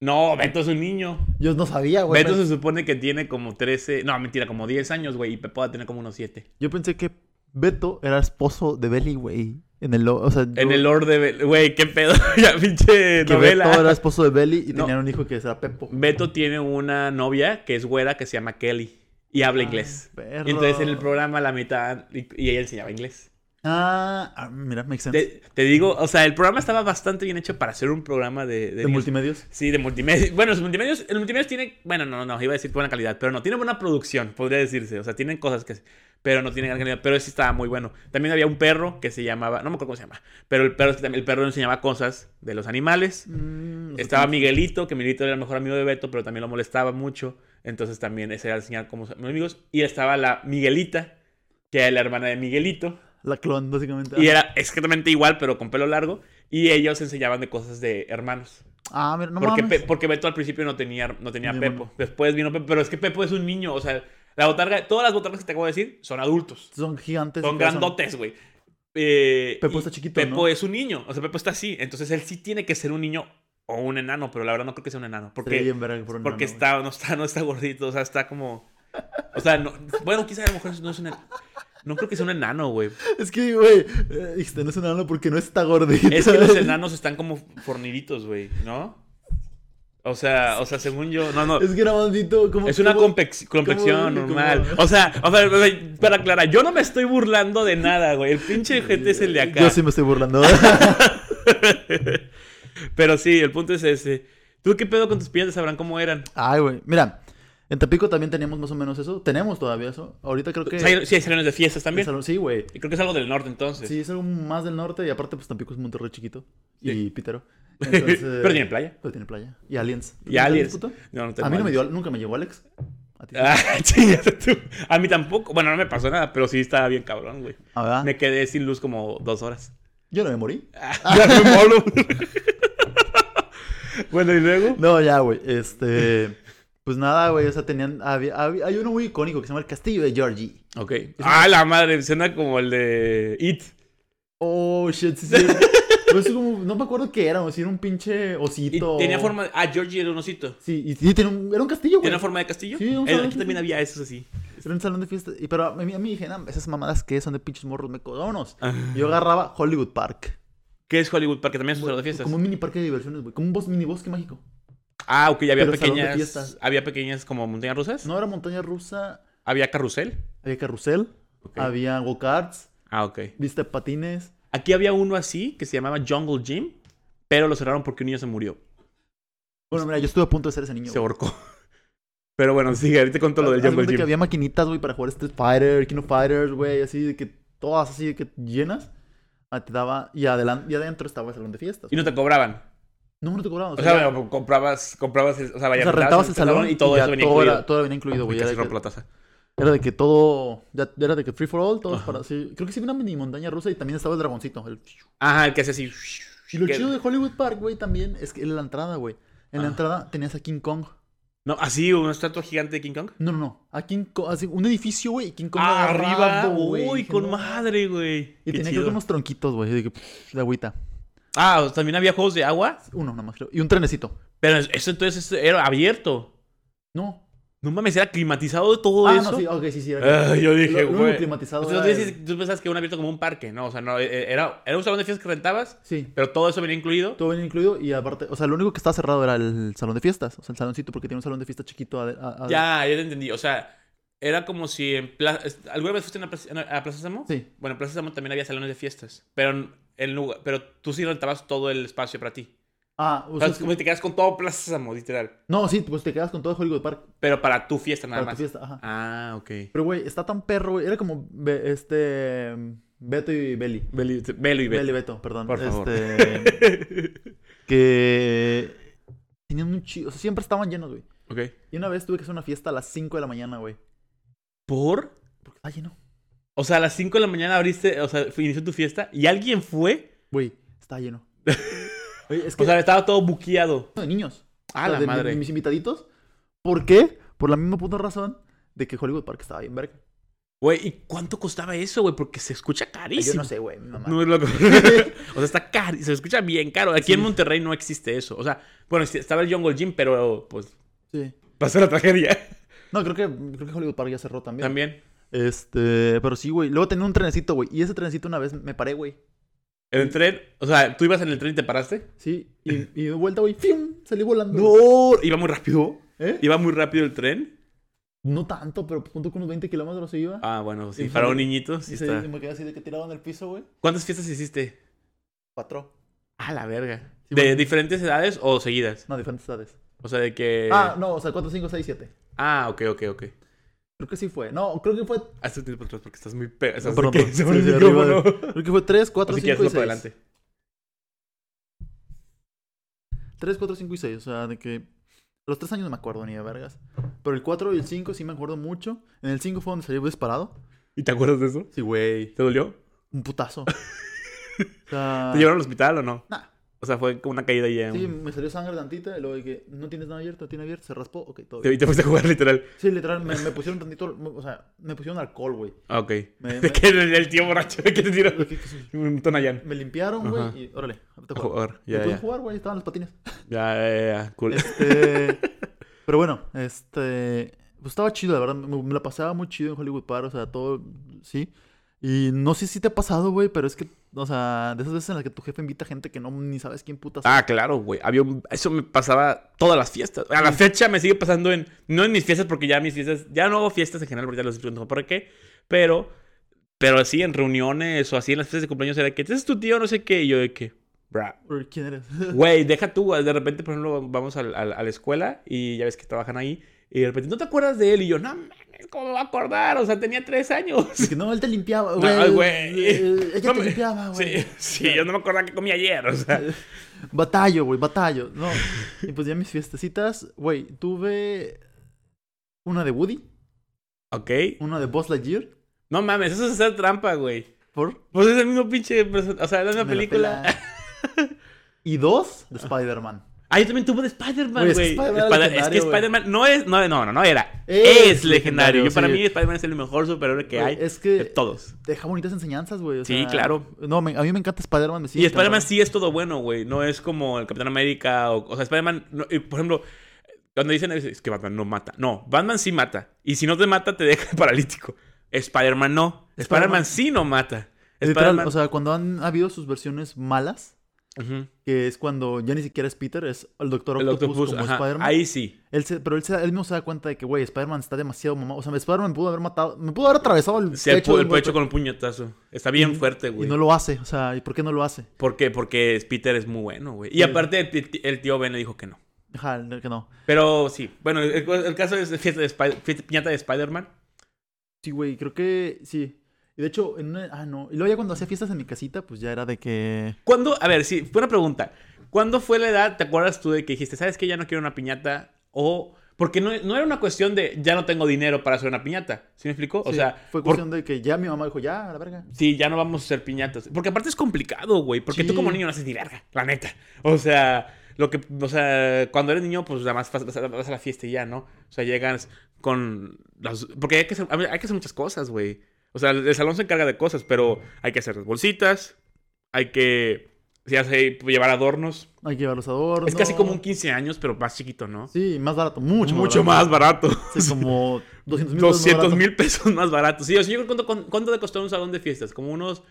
Speaker 2: No, Beto es un niño.
Speaker 1: Yo no sabía, güey.
Speaker 2: Beto se supone que tiene como 13. No, mentira, como 10 años, güey. Y Pepo va a tener como unos 7.
Speaker 1: Yo pensé que Beto era esposo de Belly, güey. En el, o sea, yo-
Speaker 2: En el Lord de Bel- Güey, qué pedo. ya, pinche
Speaker 1: que Beto era
Speaker 2: novela.
Speaker 1: esposo de Belly y
Speaker 2: No.
Speaker 1: tenían un hijo que era Pepo.
Speaker 2: Beto tiene una novia que es güera que se llama Kelly y habla inglés.
Speaker 1: Ah, perro.
Speaker 2: Entonces en el programa la mitad y, y ella enseñaba inglés.
Speaker 1: Ah, ah, mira, makes sense.
Speaker 2: Te, te digo, o sea, el programa estaba bastante bien hecho para hacer un programa de, de
Speaker 1: De
Speaker 2: niños.
Speaker 1: multimedios.
Speaker 2: Sí, de multimedia. Bueno, los multimedios, el multimedios tiene, bueno, no, no, iba a decir buena calidad, pero no, tiene buena producción, podría decirse. O sea, tienen cosas que, pero no tienen gran calidad, pero sí estaba muy bueno. También había un perro que se llamaba, no me acuerdo cómo se llama, pero el perro, es que también- el perro enseñaba cosas de los animales.
Speaker 1: Mm, o sea,
Speaker 2: Estaba
Speaker 1: que-
Speaker 2: Miguelito, que Miguelito era el mejor amigo de Beto, pero también lo molestaba mucho. Entonces también ese era el señal como mis amigos. Y estaba la Miguelita, que era la hermana de Miguelito.
Speaker 1: La clon, básicamente.
Speaker 2: Y era exactamente igual, pero con pelo largo. Y ellos enseñaban de cosas de hermanos.
Speaker 1: Ah, mira, no
Speaker 2: porque,
Speaker 1: mames.
Speaker 2: Pe- porque Beto al principio no tenía, no tenía
Speaker 1: Ni
Speaker 2: Pepo.
Speaker 1: mono.
Speaker 2: Después vino Pepo. Pero es que Pepo es un niño. O sea, La botarga, todas las botargas que te acabo de decir son adultos.
Speaker 1: Son gigantes.
Speaker 2: Son
Speaker 1: y todas
Speaker 2: grandotes, güey. Eh,
Speaker 1: Pepo
Speaker 2: y
Speaker 1: está chiquito,
Speaker 2: Pepo
Speaker 1: ¿no?
Speaker 2: es un niño. O sea, Pepo está así. Entonces él sí tiene que ser un niño o un enano, pero la verdad no creo que sea un enano.
Speaker 1: Estaría
Speaker 2: Porque,
Speaker 1: bien verga que fuera un
Speaker 2: porque
Speaker 1: enano,
Speaker 2: está, no está, no está gordito, o sea, está como. O sea, no, bueno, quizá a lo mejor no es un enano. No creo que sea un enano, güey.
Speaker 1: güey. Es que, güey, eh, dijiste, no es enano porque no está gordito.
Speaker 2: Es que los enanos están como forniditos, güey, ¿no? O sea, o sea, según yo. No, no.
Speaker 1: Es que era maldito como.
Speaker 2: Es una
Speaker 1: como-
Speaker 2: compex- complexión
Speaker 1: cómo-
Speaker 2: normal.
Speaker 1: cómo-
Speaker 2: O sea, o sea, o sea, para aclarar, yo no me estoy burlando de nada, güey. El pinche gente es el de acá.
Speaker 1: Yo sí me estoy burlando.
Speaker 2: Pero sí, el punto es ese. ¿Tú qué pedo con tus piñatas? ¿Sabrán cómo eran?
Speaker 1: Ay, güey. Mira, en Tampico también teníamos más o menos eso. Tenemos todavía eso. Ahorita creo que.
Speaker 2: Sí, hay salones de fiestas también.
Speaker 1: Salón- Sí, güey.
Speaker 2: Y creo que es algo del norte entonces.
Speaker 1: Sí, es algo más del norte y aparte, pues Tampico es Monterrey chiquito y Pitero.
Speaker 2: Pero tiene playa.
Speaker 1: Pero tiene playa. Y Aliens.
Speaker 2: Y aliens.
Speaker 1: puto?
Speaker 2: No, no
Speaker 1: A mí no me
Speaker 2: aliens.
Speaker 1: dio, nunca me llegó Alex. A ti.
Speaker 2: Ah, chingate tú. A mí tampoco. Bueno, no me pasó nada, pero sí estaba bien cabrón, güey.
Speaker 1: Ah, ¿verdad?
Speaker 2: Me quedé sin luz como dos horas.
Speaker 1: Yo no me morí.
Speaker 2: Ya me molo. bueno, y luego.
Speaker 1: No, ya, güey. Este. Pues nada, güey. O sea, tenían. había- había- hay uno muy icónico que se llama el Castillo de Georgie.
Speaker 2: Ok. Ah, la madre, suena como el de It.
Speaker 1: Oh, shit, sí, sí. Pero eso como, no me acuerdo qué era, o si era un pinche
Speaker 2: Y
Speaker 1: osito.
Speaker 2: tenía forma. De... Ah, Georgie era un osito.
Speaker 1: Sí, y sí, tenía un- era un castillo, güey.
Speaker 2: ¿Tenía forma de castillo?
Speaker 1: Sí, un
Speaker 2: Eh,
Speaker 1: salón,
Speaker 2: Aquí
Speaker 1: sí.
Speaker 2: también había esos así.
Speaker 1: Era un salón de fiesta. Y, pero a mí, a mí dije, "Nah, esas mamadas que son de pinches morros, me codonos. Yo agarraba Hollywood Park.
Speaker 2: ¿Qué es Hollywood Park? Que también es un salón de fiestas.
Speaker 1: Como un mini parque de diversiones, güey. Como un bos- mini bosque mágico.
Speaker 2: Ah, ok, había
Speaker 1: Pero salón de
Speaker 2: pequeñas.
Speaker 1: fiestas.
Speaker 2: Había pequeñas como montañas rusas.
Speaker 1: No era montaña rusa,
Speaker 2: Había carrusel.
Speaker 1: había carrusel,
Speaker 2: Ok.
Speaker 1: había go-karts,
Speaker 2: Ah, ok.
Speaker 1: viste patines.
Speaker 2: Aquí había uno así que se llamaba Jungle Gym, pero lo cerraron porque un niño se murió.
Speaker 1: Bueno, mira, yo estuve a punto de ser ese niño.
Speaker 2: Se ahorcó. Pero bueno, sigue, ahorita con todo lo del
Speaker 1: Haz de
Speaker 2: Jungle
Speaker 1: cuenta que
Speaker 2: Gym.
Speaker 1: había maquinitas, güey, para jugar Street Fighter, Kino Fighters, güey, así de que todas así de que llenas. Ah, Te daba, y, adelan- y adentro estaba el salón de fiestas.
Speaker 2: Y no te cobraban.
Speaker 1: No, no te cobraban.
Speaker 2: O sea, bueno, comprabas, comprabas, el- o sea,
Speaker 1: ya-
Speaker 2: vaya,
Speaker 1: o sea, rentabas el salón
Speaker 2: y todo
Speaker 1: ya
Speaker 2: eso venía
Speaker 1: todo era-
Speaker 2: incluido. Ah,
Speaker 1: todo era bien incluido, güey.
Speaker 2: Ya
Speaker 1: Era,
Speaker 2: se
Speaker 1: de
Speaker 2: rompe
Speaker 1: que-
Speaker 2: la taza.
Speaker 1: era de que todo. Ya, ya era de que free for all, todos
Speaker 2: Ajá.
Speaker 1: para. Sí, creo que sí, había una mini montaña rusa y también estaba el dragoncito. el-
Speaker 2: Ajá, el que hace así.
Speaker 1: Y lo
Speaker 2: que-
Speaker 1: chido de Hollywood Park, güey, también es que era la entrada, güey. En la
Speaker 2: Ajá.
Speaker 1: entrada tenías a King Kong.
Speaker 2: No, así, una estatua gigante de King Kong.
Speaker 1: No, no, no. A King Kong, así, un edificio, güey, y King Kong
Speaker 2: Ah,
Speaker 1: agarrado,
Speaker 2: arriba.
Speaker 1: güey.
Speaker 2: Uy,
Speaker 1: Dije,
Speaker 2: con
Speaker 1: no.
Speaker 2: madre, güey.
Speaker 1: Y
Speaker 2: Qué
Speaker 1: tenía creo
Speaker 2: chido.
Speaker 1: que unos tronquitos, güey, de, que, pff, de agüita.
Speaker 2: Ah, o sea, también había juegos de agua.
Speaker 1: Uno nomás, creo. Y un trenecito.
Speaker 2: Pero eso entonces eso era abierto.
Speaker 1: No.
Speaker 2: No mames, era climatizado todo
Speaker 1: ah,
Speaker 2: eso.
Speaker 1: no, sí, ok, sí, sí. Era
Speaker 2: Ah, yo dije,
Speaker 1: Lo- lo
Speaker 2: güey.
Speaker 1: climatizado
Speaker 2: O sea,
Speaker 1: era
Speaker 2: tú, dices-
Speaker 1: el-
Speaker 2: tú pensabas que era un abierto como un parque, ¿no? O sea, no, eh, era, era un salón de fiestas que rentabas,
Speaker 1: Sí,
Speaker 2: pero todo eso venía incluido.
Speaker 1: todo bien incluido. Y aparte, o sea, lo único que estaba cerrado era el salón de fiestas. O sea, el saloncito, porque tiene un salón de fiesta chiquito. ade- a- a-
Speaker 2: Ya, ya te entendí. O sea, era como si en Plaza... ¿Alguna vez fuiste a una plaza- a Plaza Samo?
Speaker 1: Sí.
Speaker 2: Bueno, en Plaza Samo también había salones de fiestas. Pero, en- en lugar- pero tú sí rentabas todo el espacio para ti.
Speaker 1: Ah, o
Speaker 2: O
Speaker 1: sea,
Speaker 2: sea, es como si te quedas con todo Plaza Samo, literal.
Speaker 1: no, sí, pues te quedas con todo Hollywood Park
Speaker 2: Pero para tu fiesta nada
Speaker 1: para
Speaker 2: más.
Speaker 1: tu fiesta. Ajá.
Speaker 2: Ah, ok.
Speaker 1: Pero, güey, está tan perro, güey. Era como be- este. mm, Beto y Belly.
Speaker 2: Belo y Belo. y Beto.
Speaker 1: Belly Beto, perdón.
Speaker 2: Por favor.
Speaker 1: Este, que. Tenían un chido. O sea, siempre estaban llenos, güey.
Speaker 2: Ok.
Speaker 1: Y una vez tuve que hacer una fiesta a las 5 de la mañana, güey.
Speaker 2: ¿Por?
Speaker 1: Porque estaba lleno.
Speaker 2: O sea, a las 5 de la mañana abriste, o sea, fue- inició tu fiesta y alguien fue.
Speaker 1: Güey, estaba lleno. Oye, es que
Speaker 2: O sea, estaba todo buqueado.
Speaker 1: de niños.
Speaker 2: Ah,
Speaker 1: o sea,
Speaker 2: la
Speaker 1: de mi-
Speaker 2: madre.
Speaker 1: mis invitaditos. ¿Por qué? Por la misma puta razón de que Hollywood Park estaba bien verga.
Speaker 2: Güey, ¿y cuánto costaba eso, güey? Porque se escucha
Speaker 1: Ay, Yo
Speaker 2: carísimo.
Speaker 1: no sé, güey, mi mamá.
Speaker 2: No es loco. o sea, está caro. Se escucha bien caro. Aquí en
Speaker 1: Sí.
Speaker 2: Monterrey no existe eso. O sea, bueno, sí, estaba el Jungle Gym, pero pues
Speaker 1: Sí.
Speaker 2: pasó la tragedia.
Speaker 1: No, creo que, creo que Hollywood Park ya cerró también.
Speaker 2: También.
Speaker 1: Este, pero sí, güey. Luego tenía un trenecito, güey. Y ese trenecito una vez me paré, güey.
Speaker 2: En el tren. O sea, tú ibas en el tren y te paraste.
Speaker 1: Sí. Y, y de vuelta, güey. ¡Fium! Salí volando.
Speaker 2: No. Iba muy rápido.
Speaker 1: ¿Eh?
Speaker 2: Iba muy rápido el tren.
Speaker 1: No tanto, pero punto con unos 20 kilómetros se iba.
Speaker 2: Ah, bueno, sí.
Speaker 1: Sí,
Speaker 2: Para
Speaker 1: sí.
Speaker 2: un niñito, sí
Speaker 1: y se-
Speaker 2: está.
Speaker 1: y me quedé así de que tirado en el piso, güey.
Speaker 2: ¿Cuántas fiestas hiciste?
Speaker 1: Cuatro.
Speaker 2: Ah, la verga.
Speaker 1: Sí,
Speaker 2: ¿De
Speaker 1: bueno.
Speaker 2: diferentes edades o seguidas?
Speaker 1: No, diferentes edades.
Speaker 2: O sea, de que.
Speaker 1: Ah, no, o sea, cuatro, cinco, seis, siete.
Speaker 2: Ah, ok, ok, Ah, ok.
Speaker 1: Creo que sí fue. No, creo que fue.
Speaker 2: Hazte un tiempo atrás porque estás muy pe...
Speaker 1: No,
Speaker 2: Estás
Speaker 1: perdón,
Speaker 2: de que-
Speaker 1: perdón.
Speaker 2: sobre el
Speaker 1: Sí, sí, arriba
Speaker 2: micrófono.
Speaker 1: Creo que fue tres, cuatro,
Speaker 2: Así que
Speaker 1: cinco
Speaker 2: hazlo
Speaker 1: y
Speaker 2: para
Speaker 1: seis.
Speaker 2: adelante.
Speaker 1: 3, 4, 5 y 6. O sea, de que. Los 3 años no me acuerdo ni de vergas. Pero el 4 y el 5 sí me acuerdo mucho. En el 5 fue donde salió disparado.
Speaker 2: ¿Y te acuerdas de eso?
Speaker 1: Sí, güey.
Speaker 2: ¿Te dolió?
Speaker 1: Un putazo. O sea. Ah.
Speaker 2: ¿Te llevaron al hospital o no?
Speaker 1: Nah.
Speaker 2: O sea, fue como una caída y ya.
Speaker 1: Sí,
Speaker 2: Sí,
Speaker 1: me salió sangre tantita y luego dije, no tienes nada abierto, tiene abierto, se raspó, ok, todo bien.
Speaker 2: y te fuiste a jugar literal.
Speaker 1: Sí, literal, me, me pusieron tantito, o sea, me pusieron alcohol, güey.
Speaker 2: Ah, ok.
Speaker 1: Me- me-
Speaker 2: Es que el, el tío borracho que te tiró
Speaker 1: ¿Qué- qué soy yo?
Speaker 2: un tonallán.
Speaker 1: Me limpiaron, güey,
Speaker 2: Ajá.
Speaker 1: y órale, ahorita
Speaker 2: A
Speaker 1: juego.
Speaker 2: jugar.
Speaker 1: Me
Speaker 2: Ya,
Speaker 1: pude
Speaker 2: ya.
Speaker 1: jugar, güey, estaban los patines.
Speaker 2: Ya, ya, ya. Cool.
Speaker 1: Este, pero bueno, este, pues estaba chido, la verdad, me, me la pasaba muy chido en Hollywood Park, o sea, todo, sí. Y no sé si te ha pasado, güey, pero es que, o sea, de esas veces en las que tu jefe invita gente que no ni sabes quién putas.
Speaker 2: Ah, claro, güey. Había un- Eso me pasaba todas las fiestas. A la
Speaker 1: Sí.
Speaker 2: fecha me sigue pasando en... No en mis fiestas, porque ya mis fiestas... Ya no hago fiestas en general, porque ya los explico por qué. Pero... Pero así en reuniones o así en las fiestas de cumpleaños era que... Este es tu tío, no sé qué. Y yo de que... Bra.
Speaker 1: güey, ¿Quién eres?
Speaker 2: Güey, deja tú. güey. De repente, por ejemplo, vamos al- al- a la escuela y ya ves que trabajan ahí. Y de repente, ¿no te acuerdas de él? Y yo, no mames, ¿cómo me voy a acordar? O sea, tenía tres años.
Speaker 1: Dije, no, él te limpiaba, güey.
Speaker 2: Ay, güey.
Speaker 1: eh, ella
Speaker 2: No
Speaker 1: te
Speaker 2: me-
Speaker 1: limpiaba, güey.
Speaker 2: Sí, sí, yo no me acordaba que comí ayer, o sea.
Speaker 1: Batallo, güey, batallo. No. Y pues ya mis fiestecitas, güey, tuve una de Woody,
Speaker 2: Ok.
Speaker 1: una de Buzz Lightyear,
Speaker 2: No mames, eso es hacer trampa, güey.
Speaker 1: por...
Speaker 2: Pues es el mismo pinche. person- O sea, es la misma
Speaker 1: me la
Speaker 2: película.
Speaker 1: pela. y dos de Spider-Man.
Speaker 2: ah, yo también tuve de Spider-Man,
Speaker 1: Güey, es que
Speaker 2: güey.
Speaker 1: Spider-Man era
Speaker 2: Spider- es que
Speaker 1: legendario, güey.
Speaker 2: Spider-Man no es. No, no, no, no era.
Speaker 1: Es
Speaker 2: Es, legendario.
Speaker 1: legendario,
Speaker 2: Yo, para
Speaker 1: sí.
Speaker 2: mí, Spider-Man es el mejor superhéroe que
Speaker 1: Güey,
Speaker 2: hay
Speaker 1: es
Speaker 2: de
Speaker 1: que
Speaker 2: todos.
Speaker 1: deja bonitas enseñanzas, güey. o
Speaker 2: Sí,
Speaker 1: sea,
Speaker 2: claro.
Speaker 1: No, me- a mí me encanta Spider-Man. me sigue
Speaker 2: y Spider-Man
Speaker 1: encantando.
Speaker 2: sí es todo bueno, güey. No es como el Capitán América. O, o sea, Spider-Man, no- y, por ejemplo, cuando dicen es que Batman no mata. No, Batman sí mata. Y si no te mata, te deja paralítico. Spider-Man no. Spider-Man
Speaker 1: Spider-Man-
Speaker 2: sí no mata.
Speaker 1: Literal,
Speaker 2: Spider-Man.
Speaker 1: o sea, cuando han habido sus versiones malas,
Speaker 2: Ujú.
Speaker 1: que es cuando ya ni siquiera es Peter, es el Doctor
Speaker 2: el
Speaker 1: Octopus,
Speaker 2: Octopus,
Speaker 1: como
Speaker 2: ajá.
Speaker 1: Spider-Man.
Speaker 2: Ahí sí.
Speaker 1: Él se- pero él, se, da- él mismo se da cuenta de que, güey, Spider-Man está demasiado mamado. O sea, Spider-Man me pudo haber matado, me pudo haber atravesado el
Speaker 2: Se
Speaker 1: pecho,
Speaker 2: pudo
Speaker 1: de
Speaker 2: el
Speaker 1: un golpe,
Speaker 2: pecho con un puñetazo. Está bien fuerte,
Speaker 1: y
Speaker 2: güey.
Speaker 1: no lo hace. O sea, ¿y por qué no lo hace?
Speaker 2: ¿Por qué? Porque es- Peter es muy bueno, güey. Y
Speaker 1: Sí.
Speaker 2: aparte, el ti- el tío Ben le dijo que no.
Speaker 1: Ajá, no, que no.
Speaker 2: Pero sí. Bueno, el, el caso es fiesta de Spider- fiesta- piñata de Spider-Man.
Speaker 1: Sí, güey, creo que sí. Y de hecho, en una- ah, no. Y luego ya cuando hacía fiestas en mi casita, pues ya era de que.
Speaker 2: ¿Cuándo? A ver, sí, fue una pregunta. ¿Cuándo fue la edad, te acuerdas tú de que dijiste, sabes que ya no quiero una piñata? O. Porque no, no era una cuestión de ya no tengo dinero para hacer una piñata. ¿Sí me explico? O
Speaker 1: sí,
Speaker 2: sea,
Speaker 1: fue
Speaker 2: por-
Speaker 1: cuestión de que ya mi mamá dijo, ya, a la verga.
Speaker 2: Sí, ya no vamos a hacer piñatas. Porque aparte es complicado, güey. Porque tú
Speaker 1: Sí.
Speaker 2: como niño no haces ni verga, la neta. O sea, lo que, o sea, cuando eres niño, pues nada más vas, vas a, vas a la fiesta y ya, ¿no? O sea, llegas con las... Porque hay que hacer, hay que hacer muchas cosas, güey. O sea, el salón se encarga de cosas, pero hay que hacer las bolsitas, hay que si hace, pues, llevar adornos.
Speaker 1: Hay que llevar los adornos.
Speaker 2: Es casi como un 15 años, pero más chiquito, ¿no?
Speaker 1: Pues Sí, más barato, mucho,
Speaker 2: Mucho más
Speaker 1: barato.
Speaker 2: barato.
Speaker 1: Sí, como 200 mil.
Speaker 2: 200 mil pesos más baratos. Sí, o sea, yo creo que cuánto, cuánto te costó un salón de fiestas, como unos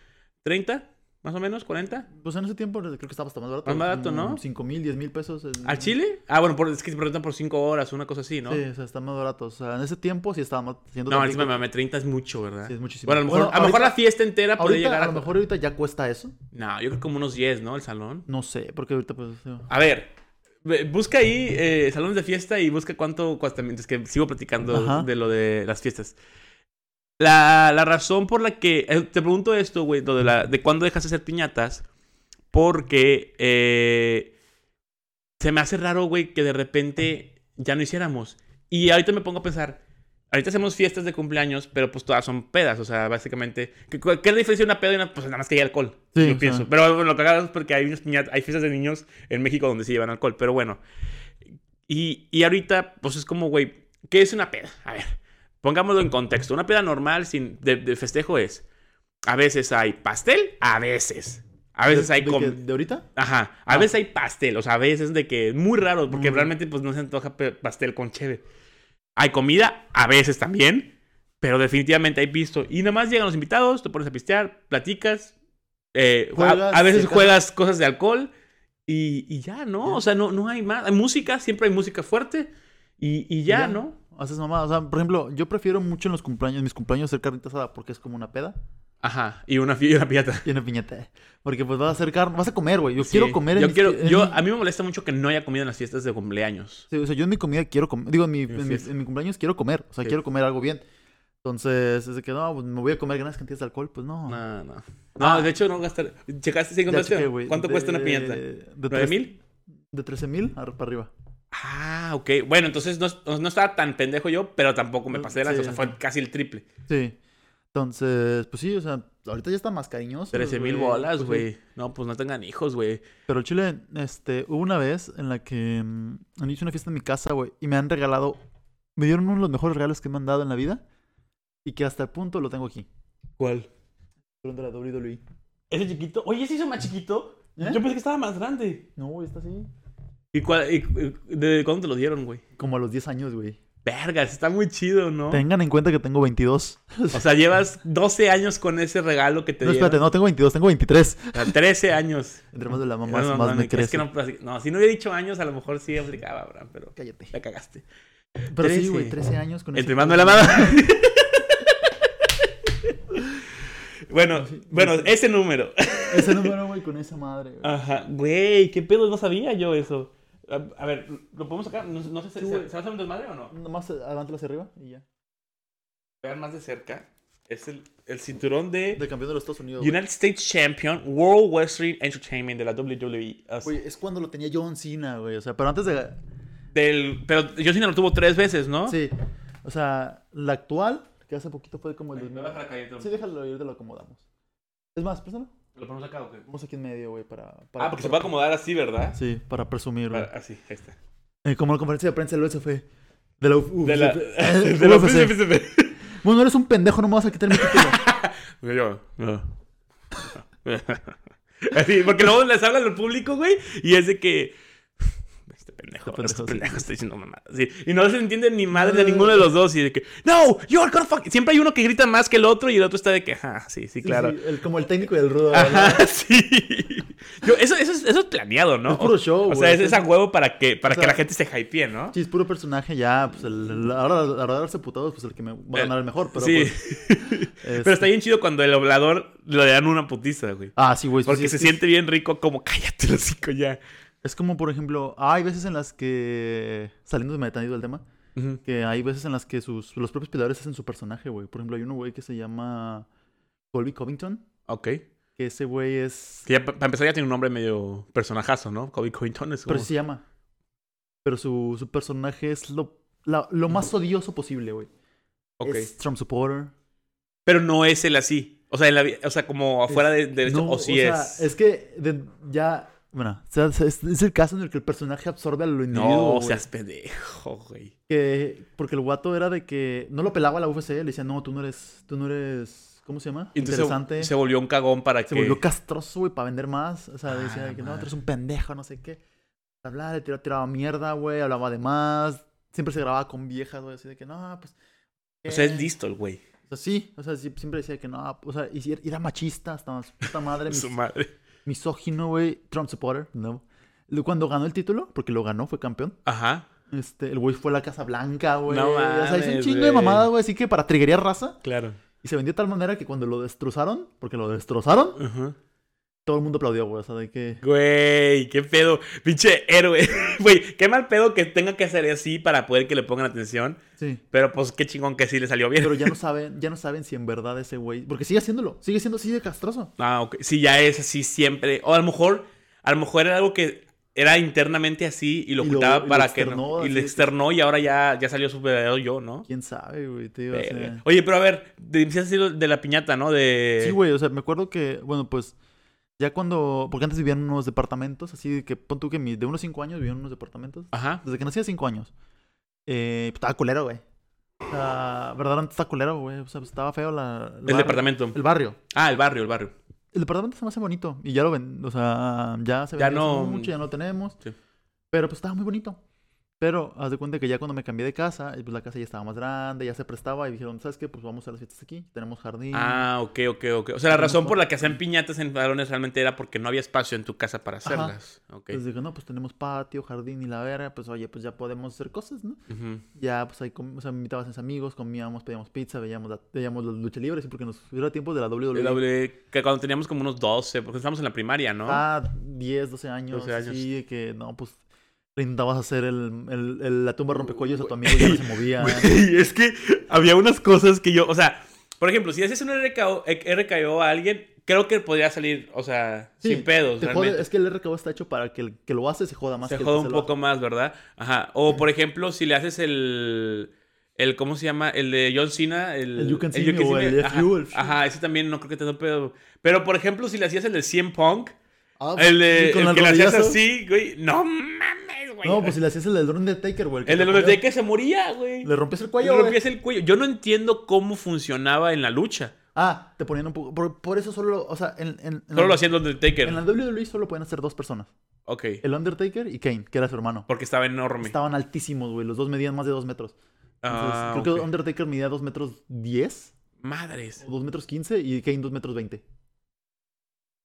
Speaker 2: 30, más o menos, 40.
Speaker 1: Pues en ese tiempo creo que estaba hasta más barato.
Speaker 2: Más barato,
Speaker 1: como
Speaker 2: ¿no?
Speaker 1: 5 mil, 10 mil pesos. en-
Speaker 2: ¿Al Chile? Ah, bueno, por, es que te preguntan por 5 horas, una cosa así, ¿no?
Speaker 1: Sí, o sea, está más barato. O sea, en ese tiempo sí estaba más. Siendo
Speaker 2: No, encima me mamé 30 es mucho, ¿verdad?
Speaker 1: Sí, es muchísimo.
Speaker 2: Bueno, a lo mejor,
Speaker 1: Bueno,
Speaker 2: a lo mejor
Speaker 1: ahorita-
Speaker 2: la fiesta entera puede
Speaker 1: Ahorita,
Speaker 2: llegar
Speaker 1: a lo mejor ahorita ya cuesta eso.
Speaker 2: No, yo creo que como unos 10, ¿no? El salón.
Speaker 1: No sé, porque ahorita pues. sí.
Speaker 2: A ver, ve- busca ahí eh, salones de fiesta y busca cuánto cuesta. Mientras que sigo platicando
Speaker 1: Ajá.
Speaker 2: de lo de las fiestas. La, la razón por la que. eh, te pregunto esto, güey, lo de, la, de cuándo dejas de hacer piñatas. Porque eh, se me hace raro, güey, que de repente ya no hiciéramos. Y ahorita me pongo a pensar. Ahorita hacemos fiestas de cumpleaños, pero pues todas son pedas, o sea, básicamente. ¿Qué, cuál- qué es la diferencia de una peda y una? Pues nada más que hay alcohol.
Speaker 1: Sí,
Speaker 2: yo
Speaker 1: o sea.
Speaker 2: pienso. Pero bueno, lo cagado es porque hay, unas piñatas- hay fiestas de niños en México donde sí llevan alcohol, pero bueno. Y, y ahorita, pues es como, güey, ¿qué es una peda? A ver, pongámoslo en contexto. Una peda normal sin, de, de festejo es. A veces hay pastel, a veces. A veces
Speaker 1: ¿De-
Speaker 2: hay
Speaker 1: de,
Speaker 2: com-
Speaker 1: que- de ahorita?
Speaker 2: Ajá. A
Speaker 1: Ah.
Speaker 2: veces hay pastel. O sea, a veces de que es muy raro. Porque
Speaker 1: Mm.
Speaker 2: realmente pues no se antoja pe- pastel con cheve. Hay comida, a veces también. Pero definitivamente hay visto. Y nada más llegan los invitados, te pones a pistear, platicas. eh, a-
Speaker 1: Juegas,
Speaker 2: a, veces
Speaker 1: te casas.
Speaker 2: juegas cosas de alcohol. Y, y ya, ¿no? O sea, no, no hay más. Hay música, siempre hay música fuerte. Y, y ya,
Speaker 1: Ya.
Speaker 2: ¿no?
Speaker 1: Haces mamada. O sea, por ejemplo, yo prefiero mucho en los cumpleaños, en mis cumpleaños hacer carnita asada porque es como una peda
Speaker 2: Ajá. Y una, fi- y una piñata.
Speaker 1: y una piñata. Porque pues vas a hacer carne, vas a comer, güey. Yo
Speaker 2: Sí.
Speaker 1: quiero comer en
Speaker 2: Yo
Speaker 1: mis-
Speaker 2: quiero,
Speaker 1: en
Speaker 2: yo,
Speaker 1: mi-
Speaker 2: a mí me molesta mucho que no haya comida en las fiestas de cumpleaños.
Speaker 1: Sí, o sea, yo en mi comida quiero comer. Digo, en mi, en mi-
Speaker 2: fiesta.
Speaker 1: en mi cumpleaños quiero comer. O sea,
Speaker 2: Sí.
Speaker 1: quiero comer algo bien. Entonces, es de que no, pues, me voy a comer grandes cantidades de alcohol. Pues no.
Speaker 2: No, no.
Speaker 1: Ah.
Speaker 2: No, de hecho no gastar. ¿Checaste
Speaker 1: Ya
Speaker 2: si encontraste?
Speaker 1: chequé, güey,
Speaker 2: ¿Cuánto
Speaker 1: de-
Speaker 2: cuesta una piñata?
Speaker 1: de
Speaker 2: ¿Nueve
Speaker 1: tres-
Speaker 2: mil?
Speaker 1: De 13 mil para arriba.
Speaker 2: Ah, ok. Bueno, entonces no, no estaba tan pendejo yo, pero tampoco me pasé de lanza.
Speaker 1: Sí,
Speaker 2: o sea, fue
Speaker 1: sí.
Speaker 2: casi el triple.
Speaker 1: Sí. Entonces, pues sí, o sea, ahorita ya está más cariñoso.
Speaker 2: 13 mil
Speaker 1: güey.
Speaker 2: bolas,
Speaker 1: Pues,
Speaker 2: güey. No, pues no tengan hijos, güey.
Speaker 1: Pero el chile, este, hubo una vez en la que mm, han hecho una fiesta en mi casa, güey, y me han regalado, me dieron uno de los mejores regalos que me han dado en la vida, y que hasta el punto lo tengo aquí.
Speaker 2: ¿Cuál?
Speaker 1: Perdón, de la WWE.
Speaker 2: Ese chiquito. Oye, se hizo más chiquito.
Speaker 1: ¿Eh?
Speaker 2: E. Yo pensé que estaba más grande.
Speaker 1: No, güey, está así.
Speaker 2: ¿Y, cuál, y- y- de cuándo te lo dieron, güey?
Speaker 1: Como a los 10 años, güey.
Speaker 2: Vergas, está muy chido, ¿no?
Speaker 1: Tengan en cuenta que tengo 22.
Speaker 2: O sea, llevas 12 años con ese regalo que te
Speaker 1: No,
Speaker 2: dieron.
Speaker 1: espérate, no, tengo 22, tengo 23.
Speaker 2: O sea, 13 años.
Speaker 1: Entre más de la mamá,
Speaker 2: No, no,
Speaker 1: más
Speaker 2: no,
Speaker 1: me
Speaker 2: es
Speaker 1: crece.
Speaker 2: que no, pues, no, si no hubiera dicho años, a lo mejor sí aplicaba, Abraham, pero
Speaker 1: Cállate.
Speaker 2: la cagaste.
Speaker 1: Pero sí, güey,
Speaker 2: 13.
Speaker 1: 13 años con
Speaker 2: El
Speaker 1: ese
Speaker 2: primado de
Speaker 1: pedo.
Speaker 2: la mano. bueno, bueno, ese número.
Speaker 1: Ese número, güey, con esa madre, güey.
Speaker 2: Ajá, güey, qué pedo, no sabía yo eso. A, a ver, ¿lo podemos sacar? No, no sé, ¿se,
Speaker 1: Sí,
Speaker 2: se-
Speaker 1: güey.
Speaker 2: ¿se va a hacer un desmadre o no?
Speaker 1: Nomás adelante hacia arriba y ya.
Speaker 2: Vean más de cerca. Es el, el cinturón de
Speaker 1: De campeón de los Estados Unidos. güey.
Speaker 2: United States Champion World Wrestling Entertainment de la WWE. O sea,
Speaker 1: Güey, es cuando lo tenía John Cena, güey. O sea, pero antes de.
Speaker 2: del, pero John Cena lo tuvo tres veces, ¿no?
Speaker 1: Sí. O sea, la actual, que hace poquito fue como el
Speaker 2: Me
Speaker 1: 2000.
Speaker 2: baja la calle,
Speaker 1: Sí, déjalo ir, te lo acomodamos. Es más, préstalo.
Speaker 2: ¿Lo ponemos acá o qué?
Speaker 1: Vamos aquí en medio, güey, para, para.
Speaker 2: Ah, porque se puede acomodar así, ¿verdad?
Speaker 1: Sí, para presumir, güey.
Speaker 2: Para- así, ahí está.
Speaker 1: Eh, como la conferencia de prensa del UFC. De la UFC.
Speaker 2: De la,
Speaker 1: Eh,
Speaker 2: de la
Speaker 1: UFC.
Speaker 2: príncipe.
Speaker 1: Bueno, eres un pendejo, no me vas a quitar mi título.
Speaker 2: Yo, yo, no. Así, porque luego les hablan al público, güey, y es de que. Este pendejo,
Speaker 1: Este
Speaker 2: este
Speaker 1: pendejo,
Speaker 2: pendejo,
Speaker 1: sí. Ah.
Speaker 2: está diciendo mamadas. sí. Y no se entiende ni madre de ninguno de los dos. Y de que, no, you're gonna fuck. Siempre hay uno que grita más que el otro y el otro está de que, ah, sí, sí, claro.
Speaker 1: Sí, sí, el- como el técnico y el rudo. ¿verdad?
Speaker 2: Ajá, sí. Yo, eso, eso, es- eso es planeado, ¿no?
Speaker 1: Es puro show,
Speaker 2: O
Speaker 1: güey.
Speaker 2: sea, es, es a huevo para que, para
Speaker 1: O
Speaker 2: que
Speaker 1: sea,
Speaker 2: la gente se hypee, ¿no?
Speaker 1: Sí, es puro personaje ya. Pues el, el- ahora, la verdad, darse putados, pues el que me va a ganar el mejor. Pero,
Speaker 2: sí.
Speaker 1: pues,
Speaker 2: Pero está
Speaker 1: este-
Speaker 2: bien chido cuando el oblador le dan una putiza, güey.
Speaker 1: Ah, sí, güey. sí,
Speaker 2: Porque
Speaker 1: sí,
Speaker 2: se
Speaker 1: es-
Speaker 2: siente bien rico, como cállate, los hocico ya.
Speaker 1: Es como, por ejemplo, ah, hay veces en las que. Saliendo me del tema. Que hay veces en las que sus, los propios peleadores hacen su personaje, güey. Por ejemplo, hay uno, güey, que se llama Colby Covington.
Speaker 2: Ok.
Speaker 1: Que ese güey es.
Speaker 2: Que ya, pa- para empezar ya tiene un nombre medio personajazo, ¿no? Kobe Covington es como...
Speaker 1: Pero sí se llama. Pero su, su personaje es lo, la- lo más odioso posible, güey.
Speaker 2: Ok.
Speaker 1: Es Trump supporter.
Speaker 2: Pero no es el así. O sea, en la vi- o sea como afuera de, de esto,
Speaker 1: No,
Speaker 2: o sí
Speaker 1: sea,
Speaker 2: es...
Speaker 1: es que de- ya. Bueno, o sea, es, es el caso en el que el personaje absorbe a lo individuo.
Speaker 2: No,
Speaker 1: güey.
Speaker 2: seas pendejo, güey.
Speaker 1: Que- porque el guato era de que no lo pelaba la UFC, le decía, no, tú no eres, tú no eres, ¿cómo se llama?
Speaker 2: Y Entonces
Speaker 1: Interesante.
Speaker 2: se, se volvió un cagón para que...
Speaker 1: Se volvió castroso, güey, para vender más. O sea,
Speaker 2: Ah,
Speaker 1: decía de que no,
Speaker 2: madre.
Speaker 1: tú eres un pendejo, no sé qué. Hablaba, le tiraba, tiraba mierda, güey, hablaba de más. Siempre se grababa con viejas, güey, así de que no, pues.
Speaker 2: O sea,
Speaker 1: eh".
Speaker 2: es listo el güey.
Speaker 1: O sea, sí, o sea, sí, siempre decía que no, o sea, y si era- era machista, hasta su puta madre, mis-
Speaker 2: Su madre.
Speaker 1: misógino, güey, Trump supporter, ¿no? Luego, Cuando ganó el título, porque lo ganó, fue campeón.
Speaker 2: Ajá.
Speaker 1: Este, el güey fue a la Casa Blanca, güey.
Speaker 2: No
Speaker 1: o sea, hizo un
Speaker 2: mames,
Speaker 1: chingo de
Speaker 2: güey.
Speaker 1: mamadas, güey, así que para triguería raza.
Speaker 2: Claro.
Speaker 1: Y se vendió de tal manera que cuando lo destrozaron, porque lo destrozaron,
Speaker 2: Ajá.
Speaker 1: todo el mundo aplaudió, güey. O sea, de que.
Speaker 2: Güey, qué pedo. Pinche héroe. Güey, qué mal pedo que tenga que hacer así para poder que le pongan atención.
Speaker 1: Sí.
Speaker 2: Pero pues qué chingón que sí le salió bien.
Speaker 1: Pero ya no saben, ya no saben si en verdad ese güey. Porque sigue haciéndolo, sigue siendo así de castroso.
Speaker 2: Ah, ok. Sí, ya es así siempre. O a lo mejor, a lo mejor era algo que era internamente así y lo
Speaker 1: Y lo-
Speaker 2: ocultaba
Speaker 1: y lo
Speaker 2: para
Speaker 1: externó,
Speaker 2: que no. Y
Speaker 1: así
Speaker 2: lo
Speaker 1: de que-
Speaker 2: externó y ahora ya, ya salió su verdadero yo, ¿no?
Speaker 1: Quién sabe, güey, tío. o sea.
Speaker 2: Verga. Eh. Oye, pero a ver, de, decías así lo de la piñata, ¿no? De...
Speaker 1: Sí, güey, o sea, me acuerdo que, bueno, pues. Ya cuando. Porque antes vivían en unos departamentos, así de que pon tú que mi- de unos 5 años vivían en unos departamentos.
Speaker 2: Ajá.
Speaker 1: Desde que nací a 5 años. Eh, pues, estaba culero, güey. O sea, verdaderamente estaba culero, güey. O sea, pues, estaba feo la.
Speaker 2: El
Speaker 1: barrio.
Speaker 2: departamento.
Speaker 1: El barrio.
Speaker 2: Ah, el barrio, el barrio.
Speaker 1: El departamento se me hace bonito. Y ya lo ven, o sea, ya se
Speaker 2: Ya
Speaker 1: ve
Speaker 2: no-
Speaker 1: mucho, ya no lo tenemos.
Speaker 2: Sí.
Speaker 1: Pero pues estaba muy bonito. Pero haz de cuenta que ya cuando me cambié de casa, eh, pues la casa ya estaba más grande, ya se prestaba y dijeron, ¿sabes qué? Pues vamos a las fiestas aquí, tenemos jardín.
Speaker 2: Ah, ok, ok, ok. O sea, la razón por la que hacían piñatas en balones realmente era porque no había espacio en tu casa para
Speaker 1: Ajá.
Speaker 2: hacerlas. Ok.
Speaker 1: Entonces dije, no, pues tenemos patio, jardín y la verga, pues oye, pues ya podemos hacer cosas, ¿no?
Speaker 2: Ujú.
Speaker 1: Ya, pues ahí, com- o sea, me invitabas a mis amigos, comíamos, pedíamos pizza, veíamos la, veíamos la lucha libre, sí, porque nos era tiempo de la E. WWE.
Speaker 2: El doble- que cuando teníamos como unos 12, porque estábamos en la primaria, ¿no?
Speaker 1: Ah, 10, 12 años,
Speaker 2: 12 años.
Speaker 1: así de que no, pues intentabas hacer el, el- el- la tumba rompecuellos a tu amigo y ya no se movía.
Speaker 2: Güey, es que había unas cosas que yo, o sea, por ejemplo, si haces un RKO, RKO a alguien, creo que podría salir, o sea,
Speaker 1: Sí,
Speaker 2: sin pedos,
Speaker 1: te jode-
Speaker 2: realmente.
Speaker 1: es que el RKO está hecho para que el que lo hace se joda más.
Speaker 2: se
Speaker 1: que el
Speaker 2: joda
Speaker 1: que
Speaker 2: un
Speaker 1: se lo hace.
Speaker 2: poco más, ¿verdad? Ajá. O por ejemplo, si le haces el El, ¿cómo se llama? El de John Cena. El,
Speaker 1: El You Can See Me o el
Speaker 2: ajá,
Speaker 1: FU, el FU.
Speaker 2: Ajá, ese también no creo que te da pedo. Pero, por ejemplo, si le hacías el de 100 Punk,
Speaker 1: Ah,
Speaker 2: el de
Speaker 1: y con
Speaker 2: el
Speaker 1: el
Speaker 2: que le hacías
Speaker 1: rodillazo.
Speaker 2: así, güey. No mames, güey.
Speaker 1: No, pues si le hacías el del drone de Taker, güey. que
Speaker 2: el de
Speaker 1: le
Speaker 2: los
Speaker 1: ponías-
Speaker 2: de que se moría, güey.
Speaker 1: Le rompes el
Speaker 2: Le
Speaker 1: cuello, güey.
Speaker 2: rompías el cuello. Yo no entiendo cómo funcionaba en la lucha.
Speaker 1: Ah, te ponían un poco. Por, por eso solo. O sea, en, en, en
Speaker 2: Solo
Speaker 1: la,
Speaker 2: lo hacían los del Taker.
Speaker 1: en la WWE solo podían hacer dos personas:
Speaker 2: Ok.
Speaker 1: el Undertaker y Kane, que era su hermano.
Speaker 2: Porque estaba enorme.
Speaker 1: Estaban altísimos, güey. Los dos medían más de dos metros. Entonces,
Speaker 2: Ah,
Speaker 1: creo
Speaker 2: ok.
Speaker 1: que Undertaker medía dos metros 10
Speaker 2: Madres.
Speaker 1: o dos metros 15 y Kane dos metros 20.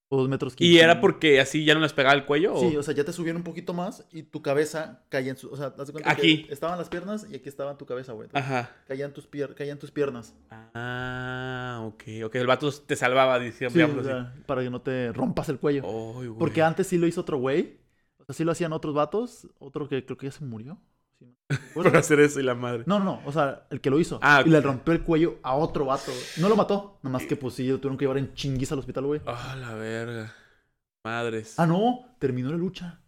Speaker 1: O dos metros 15.
Speaker 2: ¿Y era porque así ya no les pegaba el cuello? o-
Speaker 1: Sí, o sea, ya te subían un poquito más y tu cabeza caía en su. O sea, haz de cuenta
Speaker 2: Aquí. Ah.
Speaker 1: que estaban las piernas y aquí estaba tu cabeza, güey. Entonces,
Speaker 2: Ajá.
Speaker 1: Caían tus, pier- caían tus piernas.
Speaker 2: Ah, ok. Ok, el vato te salvaba, decía.
Speaker 1: Sí,
Speaker 2: diablo,
Speaker 1: o
Speaker 2: así.
Speaker 1: sea, para que no te rompas el cuello.
Speaker 2: Ay, güey.
Speaker 1: Porque antes sí lo hizo otro güey. O sea, sí lo hacían otros vatos. Otro que creo que ya se murió. Sí, no me acuerdo.
Speaker 2: Por hacer eso y la madre.
Speaker 1: No, no, no. O sea, el que lo hizo.
Speaker 2: Ah,
Speaker 1: Y le
Speaker 2: ok.
Speaker 1: rompió el cuello a otro vato. güey. No lo mató. Nada más que pues sí, lo tuvieron que llevar en chinguiz al hospital, güey.
Speaker 2: Ah, la verga. Madres.
Speaker 1: Ah, no. Terminó la lucha.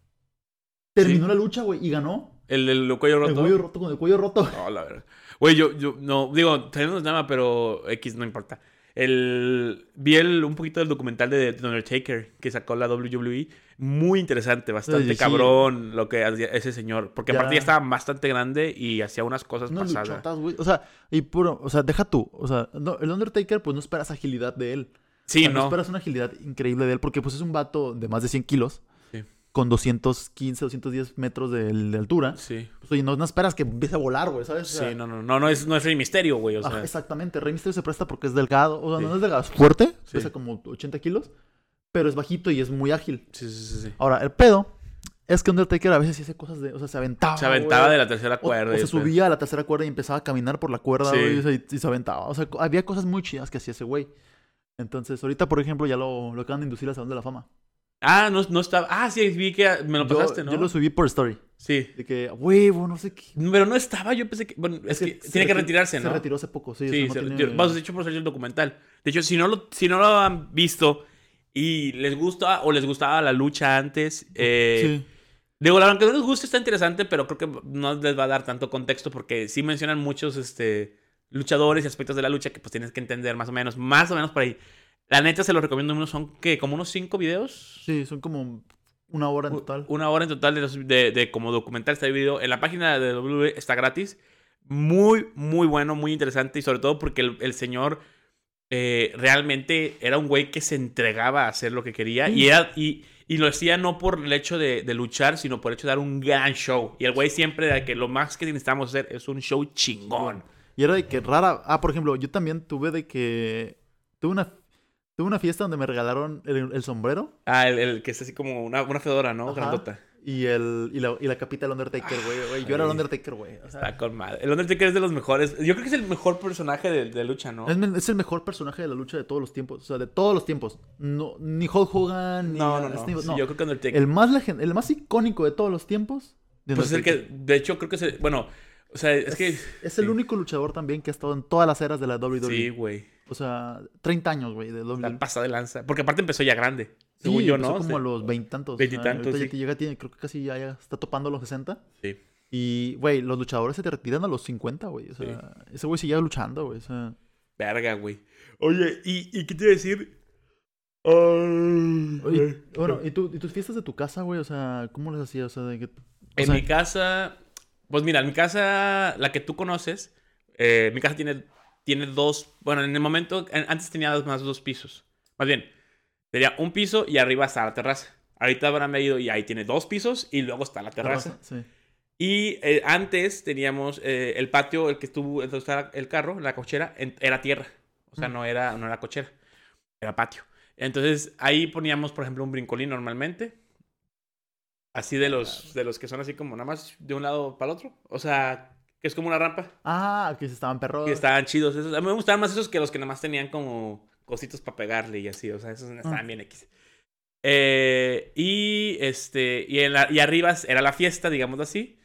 Speaker 1: Terminó
Speaker 2: Sí.
Speaker 1: la lucha, güey. Y ganó.
Speaker 2: El del cuello
Speaker 1: El
Speaker 2: roto.
Speaker 1: cuello roto con el cuello roto.
Speaker 2: No, la verdad. Güey, yo, yo, no, digo, tenemos nada, pero X no importa. El, vi el, un poquito del documental de The Undertaker que sacó la WWE. Muy interesante, bastante
Speaker 1: Oye, sí.
Speaker 2: cabrón lo que hacía ese señor. Porque
Speaker 1: Ya.
Speaker 2: aparte ya estaba bastante grande y hacía unas cosas
Speaker 1: Unas
Speaker 2: pasadas.
Speaker 1: luchotas, güey. O sea, y puro. O sea, deja tú. O sea, no, el Undertaker, pues no esperas agilidad de él. O
Speaker 2: Sí,
Speaker 1: sea, no.
Speaker 2: no.
Speaker 1: esperas una agilidad increíble de él porque pues es un vato de más de 100 kilos
Speaker 2: Sí.
Speaker 1: con 215, 210 metros de, de altura.
Speaker 2: Sí.
Speaker 1: Pues, oye, no, no esperas que empiece a volar, güey, ¿sabes? O sea, Ah,
Speaker 2: Sí, no, no, no, no es, no es Rey Misterio, güey. O
Speaker 1: ajá,
Speaker 2: sea,
Speaker 1: exactamente. Rey Mysterio se presta porque es delgado. O sea,
Speaker 2: Sí.
Speaker 1: no es delgado, es fuerte.
Speaker 2: Sí.
Speaker 1: Pesa como 80 kilos. Pero es bajito y es muy ágil.
Speaker 2: sí, sí, sí, sí.
Speaker 1: Ahora, el pedo es que Undertaker a veces sí hace cosas de... O sea, se aventaba,
Speaker 2: Se aventaba
Speaker 1: Ah, güey.
Speaker 2: de la tercera
Speaker 1: O,
Speaker 2: cuerda.
Speaker 1: o
Speaker 2: y
Speaker 1: se
Speaker 2: el pedo.
Speaker 1: subía a la tercera cuerda y empezaba a caminar por la cuerda
Speaker 2: Sí.
Speaker 1: güey, o sea, y, y se aventaba. O sea, co- había cosas muy chidas que hacía ese güey. Entonces, ahorita, por ejemplo, ya lo, lo acaban de inducir al Salón de la Fama.
Speaker 2: Ah, no, no estaba. Ah, sí, vi que me lo
Speaker 1: Yo-
Speaker 2: pasaste, ¿no?
Speaker 1: Yo lo subí por story.
Speaker 2: Sí.
Speaker 1: De que, huevo, no sé qué.
Speaker 2: Pero no estaba, yo pensé que. Bueno, es, que,
Speaker 1: se
Speaker 2: tiene que
Speaker 1: reti-
Speaker 2: retirarse, ¿no?
Speaker 1: Se retiró hace poco, sí. o sea,
Speaker 2: Sí,
Speaker 1: no
Speaker 2: se
Speaker 1: tiene-
Speaker 2: retiró. Vamos, de hecho, por salir el documental. De hecho, si no lo, si no lo han visto y les gusta o les gustaba la lucha antes, eh,
Speaker 1: Sí.
Speaker 2: digo, la que no les guste está interesante, pero creo que no les va a dar tanto contexto porque sí mencionan muchos este, luchadores y aspectos de la lucha que pues tienes que entender más o menos, más o menos por ahí. La neta se los recomiendo, unos son que como unos cinco videos.
Speaker 1: Sí, son como una hora en
Speaker 2: U-
Speaker 1: total.
Speaker 2: Una hora en total de, los- de- de como documental está dividido. En la página de W está gratis. Muy, muy bueno, muy interesante. Y sobre todo porque el, el señor eh, realmente era un güey que se entregaba a hacer lo que quería. Y, era- y, y lo hacía no por el hecho de, de luchar, sino por el hecho de dar un gran show. Y el güey siempre era que lo más que necesitamos hacer es un show chingón.
Speaker 1: Y era de que rara. Ah, por ejemplo, yo también tuve de que. Tuve una, tuve una fiesta donde me regalaron el, el sombrero
Speaker 2: Ah, el, el que es así como una, una fedora, ¿no?
Speaker 1: Ajá.
Speaker 2: Grandota.
Speaker 1: y, el, y, la, y la capita del Undertaker, güey. güey. Yo era el Undertaker, güey. o sea,
Speaker 2: Está Ah, con madre. El Undertaker es de los mejores. Yo creo que es el mejor personaje de, de lucha, ¿no?
Speaker 1: es, me- es el mejor personaje de la lucha de todos los tiempos. O sea, de todos los tiempos. No, ni Hulk Hogan, ni.
Speaker 2: No, no, no.
Speaker 1: Steve-
Speaker 2: Sí, yo creo que Undertaker.
Speaker 1: El más, legen- el más icónico de todos los tiempos. de
Speaker 2: Pues es el
Speaker 1: Undertaker.
Speaker 2: que, de hecho, creo que es el, bueno, o sea, es que,
Speaker 1: Es el
Speaker 2: sí.
Speaker 1: único luchador también que ha estado en todas las eras de la WWE.
Speaker 2: sí, güey,
Speaker 1: O sea, 30 años, güey, de WWE.
Speaker 2: la pasa de lanza, porque aparte empezó ya grande,
Speaker 1: Sí,
Speaker 2: según yo,
Speaker 1: empezó
Speaker 2: ¿no?
Speaker 1: como
Speaker 2: Sí.
Speaker 1: a los veintitantos.
Speaker 2: Veintitantos,
Speaker 1: ahorita
Speaker 2: sí.
Speaker 1: ya que llega, tiene, creo que casi ya, ya está topando los 60.
Speaker 2: Sí.
Speaker 1: Y, güey, los luchadores se te retiran a los 50, güey. O sea, ese güey sigue luchando, güey. O sea,
Speaker 2: Verga, güey. Oye, ¿y, y qué te iba a decir? Ah, eh, Ay,
Speaker 1: oye,
Speaker 2: güey.
Speaker 1: bueno, ¿y, tú- y tus fiestas de tu casa, güey? O sea, ¿cómo las hacías? O sea, de que, o
Speaker 2: en
Speaker 1: sea,
Speaker 2: mi casa, pues mira, en mi casa, la que tú conoces, eh, mi casa tiene, tiene dos, bueno, en el momento, an- antes tenía dos- más dos pisos, más bien, tenía un piso y arriba está la terraza. Ahorita habrán medido y ahí tiene dos pisos y luego está la terraza.
Speaker 1: Sí.
Speaker 2: Y eh, antes teníamos eh, el patio, el que estuvo, donde estaba el carro, la cochera, en- era tierra. O sea, no era, no era cochera, era patio. Entonces ahí poníamos, por ejemplo, un brincolín normalmente. Así de los, de los que son así como nada más de un lado para el otro. O sea, que es como una rampa.
Speaker 1: Ah, que se estaban perros.
Speaker 2: Y estaban chidos esos. A mí me gustaban más esos que los que nada más tenían como cositos para pegarle y así. O sea, esos estaban bien X. Eh, y este. Y, en la- y arriba era la fiesta, digamos así.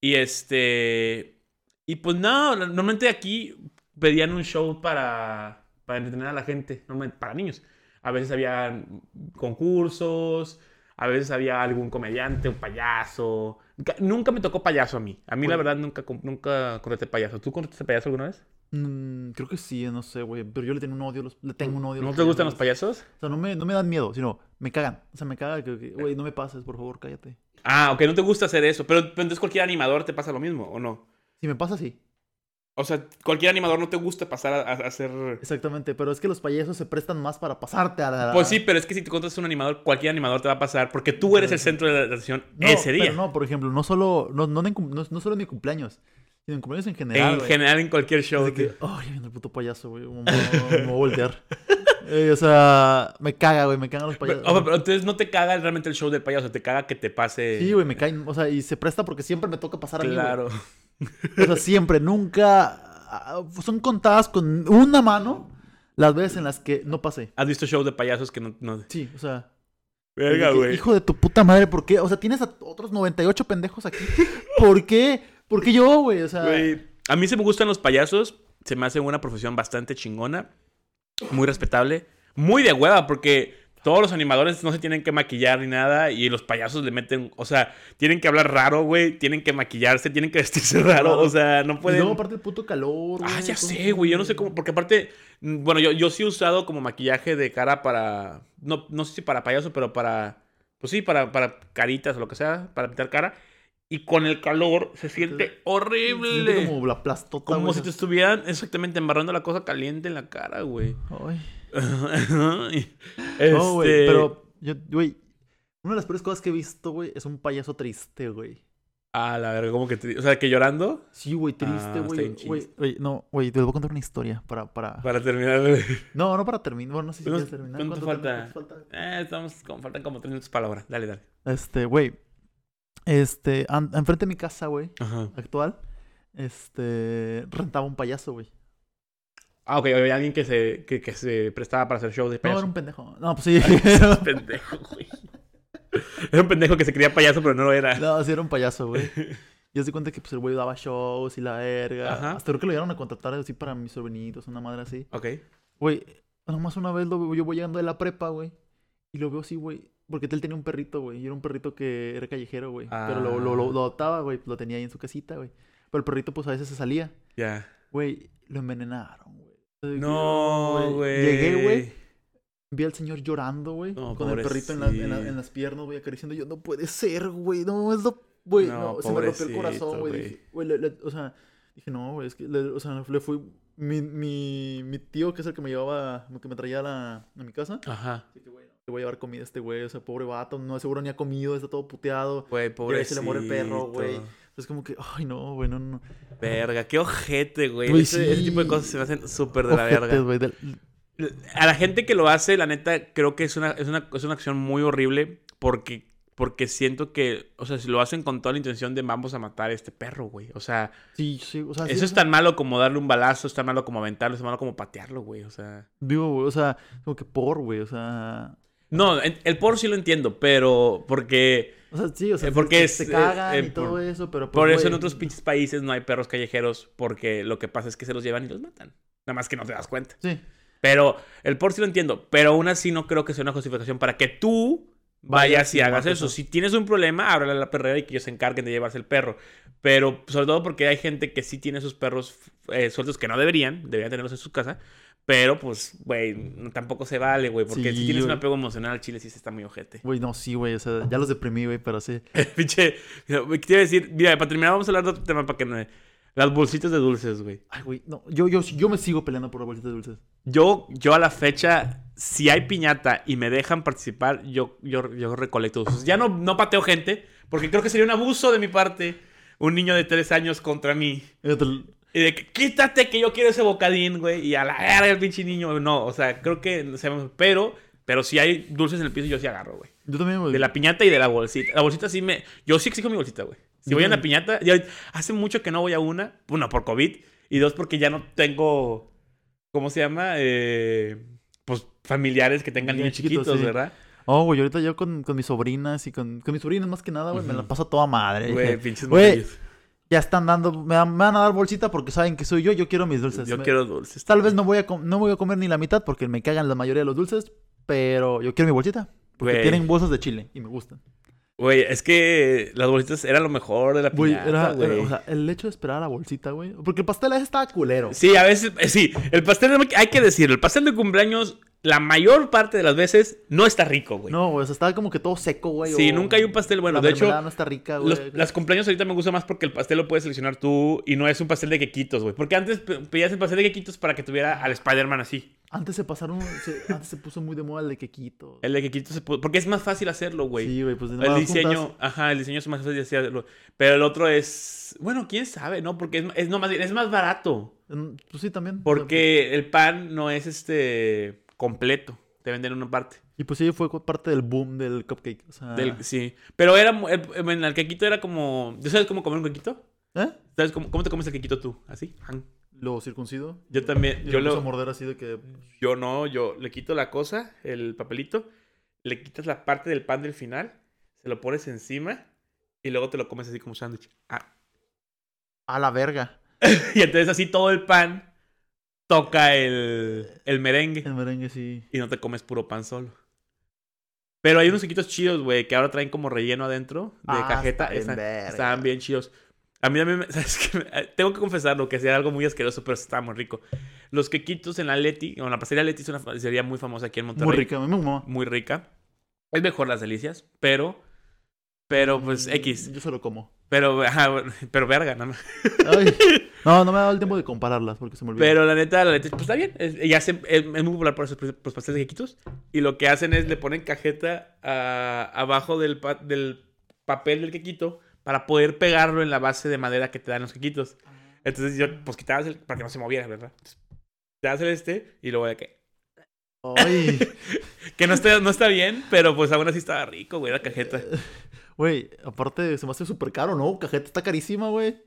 Speaker 2: Y este. Y pues no, normalmente aquí pedían un show para, para entretener a la gente, normalmente para niños. A veces había concursos, A veces había algún comediante, un payaso. Nunca, nunca me tocó payaso a mí. A mí, la verdad, nunca, nunca correte payaso. ¿Tú correte payaso alguna vez?
Speaker 1: Mm, creo que sí, no sé, güey. Pero yo le tengo un odio, a los- le tengo un odio. a
Speaker 2: ¿No te gustan los
Speaker 1: payasos.
Speaker 2: payasos?
Speaker 1: O sea, no me, no me dan miedo, sino me cagan. O sea, me caga que, que, güey, no me pases, por favor, cállate.
Speaker 2: Ah, ok, no te gusta hacer eso. Pero, pero entonces cualquier animador te pasa lo mismo, ¿o no?
Speaker 1: Si me pasa, sí.
Speaker 2: O sea, cualquier animador no te gusta pasar a, a- a hacer.
Speaker 1: Exactamente, pero es que los payasos se prestan más para pasarte a la...
Speaker 2: Pues sí, pero es que si te contratas un animador, cualquier animador te va a pasar porque tú eres el centro de la atención ese día.
Speaker 1: Pero no, por ejemplo, no solo, no, no, en cum- no- no solo en mi cumpleaños, sino en cumpleaños en general.
Speaker 2: en
Speaker 1: güey.
Speaker 2: general, en cualquier show.
Speaker 1: De que,
Speaker 2: tío.
Speaker 1: "Ay, ya viene el puto payaso, güey. Me, voy- me voy a voltear. Eh, o sea, me caga, güey. Me cagan los
Speaker 2: Pero,
Speaker 1: payasos.
Speaker 2: o sea, pero entonces no te caga realmente el show del payaso, te caga que te pase.
Speaker 1: Sí, güey, me caen. O sea, y se presta porque siempre me toca pasar
Speaker 2: Claro.
Speaker 1: a mí. güey. O sea, siempre, nunca. ah, Son contadas con una mano las veces en las que no pasé.
Speaker 2: ¿Has visto shows de payasos que no. no-
Speaker 1: Sí, o sea.
Speaker 2: Verga,
Speaker 1: de que,
Speaker 2: güey.
Speaker 1: Hijo de tu puta madre, ¿por qué? O sea, tienes a otros 98 pendejos aquí. ¿Por qué? ¿Por qué yo, güey? O sea.
Speaker 2: Güey, A mí se me gustan los payasos. Se me hace una profesión bastante chingona. Muy respetable. Muy de hueva, porque todos los animadores no se tienen que maquillar ni nada. Y los payasos le meten. O sea, tienen que hablar raro, güey. Tienen que maquillarse, tienen que vestirse raro. O sea, no
Speaker 1: Y
Speaker 2: pueden.
Speaker 1: luego, aparte, el puto calor.
Speaker 2: Ah,
Speaker 1: güey,
Speaker 2: ya
Speaker 1: todo
Speaker 2: sé,
Speaker 1: eso,
Speaker 2: güey. Yo no sé cómo. Porque aparte, mm, bueno, yo, yo sí he usado como maquillaje de cara para. No, no sé si para payaso, pero para. Pues sí, para, para caritas o lo que sea, para pintar cara. Y con el calor se siente
Speaker 1: Se siente
Speaker 2: horrible. como
Speaker 1: como la plastota, güey,
Speaker 2: si te
Speaker 1: esas-
Speaker 2: estuvieran exactamente embarrando la cosa caliente en la cara, güey.
Speaker 1: Ay.
Speaker 2: Este,
Speaker 1: No, güey, pero, yo, güey, una de las peores cosas que he visto, güey, es un payaso triste, güey.
Speaker 2: Ah, la verga, como que. tri- O sea, que llorando.
Speaker 1: Sí, güey,
Speaker 2: Ah,
Speaker 1: triste,
Speaker 2: está
Speaker 1: güey.
Speaker 2: bien chido.
Speaker 1: Güey, güey, no, güey, te voy a contar una historia para, para...
Speaker 2: Para terminar.
Speaker 1: No, no para terminar, bueno, no sé si
Speaker 2: Unos-
Speaker 1: quieres terminar.
Speaker 2: ¿cuánto falta?
Speaker 1: cuánto falta?
Speaker 2: Eh, estamos. Como, faltan como tres minutos para la hora. Dale, dale.
Speaker 1: Este, güey, este, an- enfrente de mi casa, güey,
Speaker 2: Ajá.
Speaker 1: actual, este, rentaba un payaso, güey.
Speaker 2: Ah, ok, había alguien que se, que, que se prestaba para hacer shows de
Speaker 1: No,
Speaker 2: payaso.
Speaker 1: era un pendejo. No, pues sí.
Speaker 2: pendejo, güey. Era un pendejo que se creía payaso, pero no lo era.
Speaker 1: no, sí era un payaso, güey. Yo se cuenta que pues el güey daba shows y la verga.
Speaker 2: Ajá.
Speaker 1: Hasta creo que lo llegaron a contratar así para mis sobrinitos, una madre así.
Speaker 2: Ok.
Speaker 1: Güey, nomás una vez lo veo, yo voy llegando de la prepa, güey. Y lo veo así, güey. Porque él tenía un perrito, güey. Y era un perrito que era callejero, güey. Pero lo, lo,
Speaker 2: Ah.
Speaker 1: lo- lo adoptaba, güey. Lo tenía ahí en su casita, güey. Pero el perrito, pues a veces se salía.
Speaker 2: Ya.
Speaker 1: Güey, lo envenenaron, güey. Entonces,
Speaker 2: No, güey.
Speaker 1: Llegué, güey. Vi al señor llorando, güey.
Speaker 2: No,
Speaker 1: con el perrito en, la- en la-
Speaker 2: pobrecito.
Speaker 1: en las piernas, güey, acariciando. Yo, no puede ser, güey. No, es lo. Güey,
Speaker 2: No,
Speaker 1: no, se me rompió el
Speaker 2: pobrecito,
Speaker 1: corazón, güey.
Speaker 2: güey.
Speaker 1: Dije, güey, le- le- o sea, dije, no, güey, es que, le- o sea, le fui. Mi, mi, mi tío, que es el que me llevaba, que me traía a, la, a mi casa,
Speaker 2: Ajá.
Speaker 1: dije, güey, no, le voy a llevar comida a este güey, o sea, pobre vato, no, seguro ni ha comido, está todo puteado.
Speaker 2: Güey,
Speaker 1: Y ahí
Speaker 2: pobre.
Speaker 1: se le muere el perro, güey. Es como que, ay, no, güey, no, no.
Speaker 2: Verga, qué ojete, güey.
Speaker 1: Güey,
Speaker 2: Ese, ese
Speaker 1: Pues sí.
Speaker 2: tipo de cosas se me hacen súper de la
Speaker 1: Ojetes,
Speaker 2: verga.
Speaker 1: güey, del-
Speaker 2: A la gente que lo hace, la neta, creo que es una, es una, es una acción muy horrible porque, porque siento que, o sea, si lo hacen con toda la intención de vamos a matar a este perro, güey. O sea,
Speaker 1: Sí, sí, o sea, sí,
Speaker 2: Eso
Speaker 1: o
Speaker 2: es
Speaker 1: sea,
Speaker 2: tan malo como darle un balazo, es tan malo como aventarlo, es tan malo como patearlo, güey. O sea.
Speaker 1: Digo, güey, o sea, como que por, güey, o sea.
Speaker 2: No, en- el por sí lo entiendo, pero porque.
Speaker 1: O sea, sí, o sea,
Speaker 2: Eh, porque
Speaker 1: se,
Speaker 2: es,
Speaker 1: se
Speaker 2: eh,
Speaker 1: cagan
Speaker 2: eh,
Speaker 1: y todo
Speaker 2: por-
Speaker 1: eso, pero pues,
Speaker 2: Por eso
Speaker 1: güey,
Speaker 2: en otros pinches países no hay perros callejeros, porque lo que pasa es que se los llevan y los matan. Nada más que no te das cuenta.
Speaker 1: Sí,
Speaker 2: Pero el por sí lo entiendo, pero aún así no creo que sea una justificación para que tú vayas
Speaker 1: Vayas
Speaker 2: y
Speaker 1: y
Speaker 2: hagas
Speaker 1: mates
Speaker 2: eso.
Speaker 1: a-
Speaker 2: Si tienes un problema, ábrale a la perrera y que ellos se encarguen de llevarse el perro. Pero sobre todo porque hay gente que sí tiene sus perros eh, sueltos que no deberían, deberían tenerlos en su casa. Pero pues, güey, no- tampoco se vale, güey, porque si
Speaker 1: Sí,
Speaker 2: tienes un
Speaker 1: güey.
Speaker 2: apego emocional al chile sí se está muy ojete.
Speaker 1: güey, no, sí, güey, o sea, ya los deprimí, güey, pero sí.
Speaker 2: Pinche, güey, ¿qué te iba a decir, mira, para terminar vamos a hablar de otro tema para que no... Las bolsitas de dulces, güey.
Speaker 1: Ay, güey, no, yo, yo, yo me sigo peleando por las bolsitas de dulces.
Speaker 2: Yo, yo a la fecha, si hay piñata y me dejan participar, yo, yo, yo recolecto dulces. Ya no, no pateo gente, porque creo que sería un abuso de mi parte un niño de tres años contra mí.
Speaker 1: Y otro-
Speaker 2: Y de que quítate que yo quiero ese bocadín, güey. Y a la verga el pinche niño. No, o sea, creo que no sabemos. Pero, pero si hay dulces en el piso, yo sí agarro, güey.
Speaker 1: Yo también, güey.
Speaker 2: De la piñata y de la bolsita. La bolsita sí me. Yo sí exijo mi bolsita, güey. Si voy a una
Speaker 1: Ujú.
Speaker 2: piñata. y ahorita- hace mucho que no voy a una. Uno, por COVID. Y dos, porque ya no tengo. ¿Cómo se llama? Eh, pues familiares que tengan
Speaker 1: Ya
Speaker 2: niños
Speaker 1: chiquitos,
Speaker 2: chiquitos,
Speaker 1: sí.
Speaker 2: ¿verdad?
Speaker 1: Oh, güey, ahorita yo con, con mis sobrinas y con, con mis sobrinas más que nada, güey, me la paso a toda madre.
Speaker 2: Güey,
Speaker 1: Dije,
Speaker 2: pinches
Speaker 1: güey,
Speaker 2: morrillos.
Speaker 1: Ya están dando, me, van- me van a dar bolsita porque saben que soy yo, yo quiero mis dulces.
Speaker 2: Yo
Speaker 1: Me- pues,
Speaker 2: quiero dulces.
Speaker 1: Tal vez no voy, a com- no voy a comer ni la mitad porque me cagan la mayoría de los dulces, pero yo quiero mi bolsita. Porque
Speaker 2: Güey.
Speaker 1: tienen bolsas de chile y me gustan.
Speaker 2: Güey, es que las bolsitas eran lo mejor de la
Speaker 1: Güey,
Speaker 2: piñata,
Speaker 1: era- era-
Speaker 2: güey.
Speaker 1: o sea, el hecho de esperar a la bolsita, güey. Porque el pastel ese estaba culero.
Speaker 2: Sí, a veces, eh, sí, el pastel, de- hay que decirlo, el pastel de cumpleaños, la mayor parte de las veces, no está rico, güey.
Speaker 1: No, güey, o sea, estaba como que todo seco, güey.
Speaker 2: sí,
Speaker 1: o-
Speaker 2: nunca hay un pastel bueno.
Speaker 1: la
Speaker 2: de hecho,
Speaker 1: mermelada no está rica, güey.
Speaker 2: los- las cumpleaños ahorita me gusta más porque el pastel lo puedes seleccionar tú y no es un pastel de quequitos, güey. Porque antes pe- pedías el pastel de quequitos para que tuviera al Spider-Man así.
Speaker 1: Antes se pasaron, se- antes se puso muy de moda el de quequito.
Speaker 2: El de quequitos se pu- porque es más fácil hacerlo, güey.
Speaker 1: Sí, güey, pues de
Speaker 2: el
Speaker 1: nuevo,
Speaker 2: diseño,
Speaker 1: juntas-
Speaker 2: ajá, el diseño es más fácil de hacerlo. Pero el otro es, bueno, quién sabe, ¿no? Porque es, es, no, más, bien, es más barato.
Speaker 1: Mm, Pues sí, también.
Speaker 2: Porque el pan no es este completo. Te venden una parte.
Speaker 1: Y pues sí, fue cu- parte del boom del cupcake. O sea,
Speaker 2: Del- sí. Pero era. mu- el- En el quequito era como. ¿Tú sabes cómo comer un quequito?
Speaker 1: ¿Eh?
Speaker 2: ¿Sabes cómo, cómo te comes el quequito tú? ¿Así? Jan.
Speaker 1: Lo circuncido.
Speaker 2: Yo también.
Speaker 1: Yo,
Speaker 2: Yo,
Speaker 1: lo puse a
Speaker 2: lo,
Speaker 1: morder así de que.
Speaker 2: yo no, yo le quito la cosa, el papelito. Le quitas la parte del pan del final. Se lo pones encima. Y luego te lo comes así como sándwich. Ah.
Speaker 1: A la verga.
Speaker 2: Y entonces así todo el pan toca el, el merengue.
Speaker 1: El merengue sí.
Speaker 2: Y no te comes puro pan solo. Pero hay unos chiquitos chidos, güey, que ahora traen como relleno adentro de
Speaker 1: Ah,
Speaker 2: cajeta.
Speaker 1: está bien
Speaker 2: Están,
Speaker 1: verga.
Speaker 2: estaban bien chidos. A mí también, me- ¿sabes qué? Eh, Tengo que confesarlo, que sea algo muy asqueroso, pero estaba muy rico. Los quequitos en la Leti, o en la pastelería Leti es una pastelería muy famosa aquí en Monterrey.
Speaker 1: Muy rica, a mí me mamó.
Speaker 2: Muy rica. Es mejor las delicias, pero... Pero, pues,
Speaker 1: Mm,
Speaker 2: X.
Speaker 1: Yo se lo como.
Speaker 2: Pero, ajá, pero verga, nada más.
Speaker 1: Ay, no, no me ha dado el tiempo de compararlas porque se me olvidó.
Speaker 2: Pero la neta, la neta, pues está bien. Es, y hacen- es- es muy popular por esos por los pasteles de quequitos. Y lo que hacen es le ponen cajeta a- abajo del, pa- del papel del quequito para poder pegarlo en la base de madera que te dan los quequitos. Entonces yo, pues quitabas el para que no se moviera, ¿verdad? Entonces, quitabas el este y luego de que.
Speaker 1: Ay,
Speaker 2: Que no está, no está bien, pero pues aún así estaba rico, güey, la cajeta.
Speaker 1: güey, aparte se me hace súper caro, ¿no? Cajeta está carísima, güey.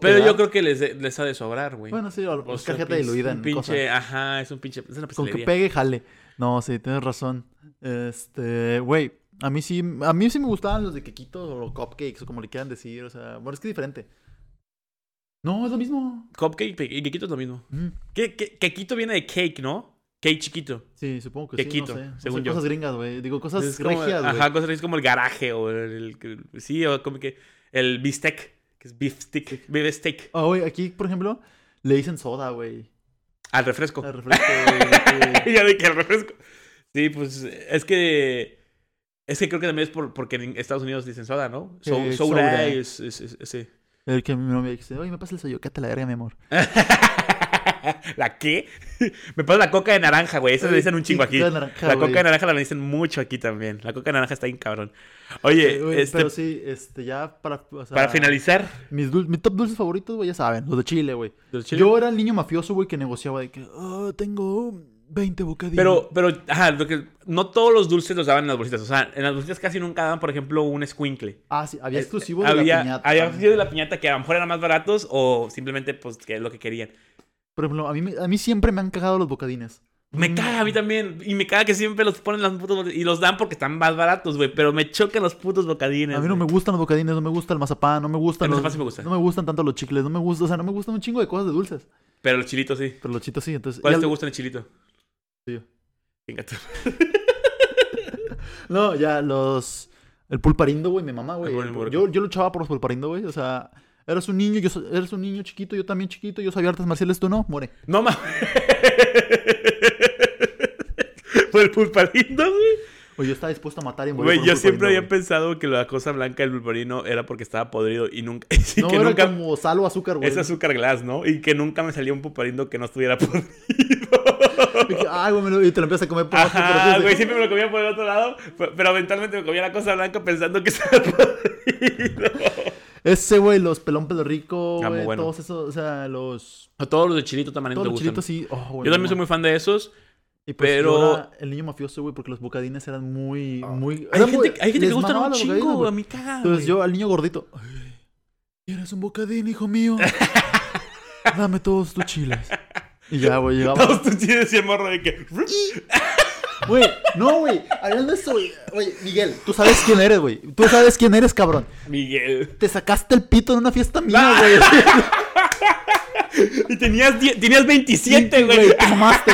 Speaker 2: Pero yo creo que les, de- les ha de sobrar, güey.
Speaker 1: Bueno, sí, o-
Speaker 2: O
Speaker 1: pues,
Speaker 2: sea,
Speaker 1: cajeta
Speaker 2: pinche-
Speaker 1: diluida en
Speaker 2: un pinche, pues,
Speaker 1: cosas.
Speaker 2: ajá, es un pinche. Es una
Speaker 1: Con que
Speaker 2: pastelería.
Speaker 1: pegue, jale. No, sí, tienes razón. Este, güey, a mí sí, a mí sí me gustaban los de quequitos o los cupcakes o como le quieran decir, o sea, bueno, es que es diferente. No, es lo mismo.
Speaker 2: Cupcake y quequito es lo mismo.
Speaker 1: Mm,
Speaker 2: Que, que, quequito viene de cake, ¿no? Cake chiquito.
Speaker 1: Sí, supongo que sí,
Speaker 2: Quequito,
Speaker 1: no sé. No sé,
Speaker 2: según yo.
Speaker 1: cosas gringas, güey. Digo, cosas
Speaker 2: Es como-
Speaker 1: regias, güey.
Speaker 2: Ajá, cosas así como el garaje o el, el- Sí, o como que... El bistec, que es beef stick. Beef steak.
Speaker 1: Ah, güey, aquí, por ejemplo, le dicen soda, güey.
Speaker 2: Al refresco.
Speaker 1: Al refresco, güey, que-
Speaker 2: ya de que al refresco. Sí, pues es que... Es que creo que también es por, porque en Estados Unidos dicen soda, ¿no? So,
Speaker 1: Eh,
Speaker 2: soda,
Speaker 1: soda.
Speaker 2: es... es- es- es- sí.
Speaker 1: El que mi novia dice, oye, me pasa el soyocate a la verga, mi amor.
Speaker 2: ¿La qué? Me pasa la coca de naranja, güey. Esa le dicen un chingo
Speaker 1: Sí,
Speaker 2: aquí.
Speaker 1: de naranja,
Speaker 2: La
Speaker 1: güey.
Speaker 2: coca de naranja la dicen mucho aquí también. La coca de naranja está bien cabrón.
Speaker 1: Eh,
Speaker 2: Oye,
Speaker 1: güey,
Speaker 2: este,
Speaker 1: Pero sí, este, ya para... o sea,
Speaker 2: para finalizar...
Speaker 1: Mis, dul- mis top dulces favoritos, güey, ya saben, los de Chile, güey.
Speaker 2: Los chiles-
Speaker 1: Yo era el niño mafioso, güey, que negociaba de que, "Ah, tengo 20 bocadillos.
Speaker 2: Pero, pero, ajá, lo que- no todos los dulces los daban en las bolsitas. O sea, en las bolsitas casi nunca daban, por ejemplo, un squinkle.
Speaker 1: Ah, sí, había exclusivo de
Speaker 2: había,
Speaker 1: la piñata.
Speaker 2: Había exclusivos de la piñata que a lo mejor eran más baratos o simplemente, pues, que es lo que querían.
Speaker 1: Por ejemplo, a mí, me- a mí siempre me han cagado los bocadines.
Speaker 2: Me
Speaker 1: Mm.
Speaker 2: caga a mí también. Y me caga que siempre los ponen las putas bolsitas. Y los dan porque están más baratos, güey. Pero me chocan los putos bocadines.
Speaker 1: A mí no me
Speaker 2: güey.
Speaker 1: gustan los bocadines, no me gusta el mazapán, no me gustan
Speaker 2: El
Speaker 1: los...
Speaker 2: mazapán sí me gusta.
Speaker 1: No me gustan tanto los chicles, no me gusta, o sea, no me gustan un chingo de cosas de dulces.
Speaker 2: Pero los chilitos sí.
Speaker 1: Pero los chitos sí, entonces...
Speaker 2: ¿Cuáles
Speaker 1: ya-
Speaker 2: te gustan el chilito?
Speaker 1: Sí.
Speaker 2: Venga tú.
Speaker 1: No, ya los... El pulparindo, güey, me mamá, güey.
Speaker 2: El buen puerco.
Speaker 1: Yo, yo luchaba por los pulparindo, güey, o sea... Eres un niño, yo so- eres un niño chiquito, yo también chiquito, yo sabía artes marciales, tú no, muere.
Speaker 2: No mames. Por el pulparindo, güey.
Speaker 1: O yo estaba dispuesto a matar y morir.
Speaker 2: Güey,
Speaker 1: por un
Speaker 2: yo siempre había
Speaker 1: pulparindo,
Speaker 2: pensado que la cosa blanca del pulparino era porque estaba podrido y nunca. y sí, que
Speaker 1: güey. No, era
Speaker 2: nunca.
Speaker 1: como sal o azúcar, güey.
Speaker 2: Es azúcar glass, ¿no? Y que nunca me salía un pulparindo que no estuviera podrido.
Speaker 1: Y que, Ay, güey, me lo- y te lo empiezas a comer por abajo,
Speaker 2: Ajá,
Speaker 1: por
Speaker 2: güey,
Speaker 1: así,
Speaker 2: siempre me lo comía por el otro lado, pe- pero eventualmente me comía la cosa blanca pensando que estaba podrido.
Speaker 1: Ese, güey, los pelón pelo rico,
Speaker 2: Ah, muy
Speaker 1: güey,
Speaker 2: bueno.
Speaker 1: todos esos, o sea, los...
Speaker 2: A todos los de chilito también
Speaker 1: Todos
Speaker 2: te
Speaker 1: los
Speaker 2: gustan.
Speaker 1: chilitos sí. Oh, güey,
Speaker 2: Yo
Speaker 1: me
Speaker 2: también soy muy fan de esos.
Speaker 1: Y pues
Speaker 2: Pero- Ah.
Speaker 1: yo era el niño mafioso, güey, porque los bocadines eran muy, muy...
Speaker 2: Hay
Speaker 1: eran
Speaker 2: gente,
Speaker 1: muy-
Speaker 2: hay gente que
Speaker 1: les
Speaker 2: gustan
Speaker 1: mamaba
Speaker 2: un
Speaker 1: los
Speaker 2: chingo,
Speaker 1: bocadines,
Speaker 2: güey. A
Speaker 1: Ah, güey.
Speaker 2: mí caga.
Speaker 1: Entonces
Speaker 2: güey.
Speaker 1: yo al niño gordito, "Ay, ¿quieres un bocadín, hijo mío? Dame todos tus chiles. Y ya, güey, llegaba.
Speaker 2: Todos tus chiles y el morro de que.
Speaker 1: Güey, no, güey, hablando de eso, güey, güey, Miguel, tú sabes quién eres, güey. Tú sabes quién eres, cabrón.
Speaker 2: Miguel.
Speaker 1: Te sacaste el pito en una fiesta mía, güey.
Speaker 2: Y tenías, die- tenías 27,
Speaker 1: Sí,
Speaker 2: güey.
Speaker 1: Te mamaste.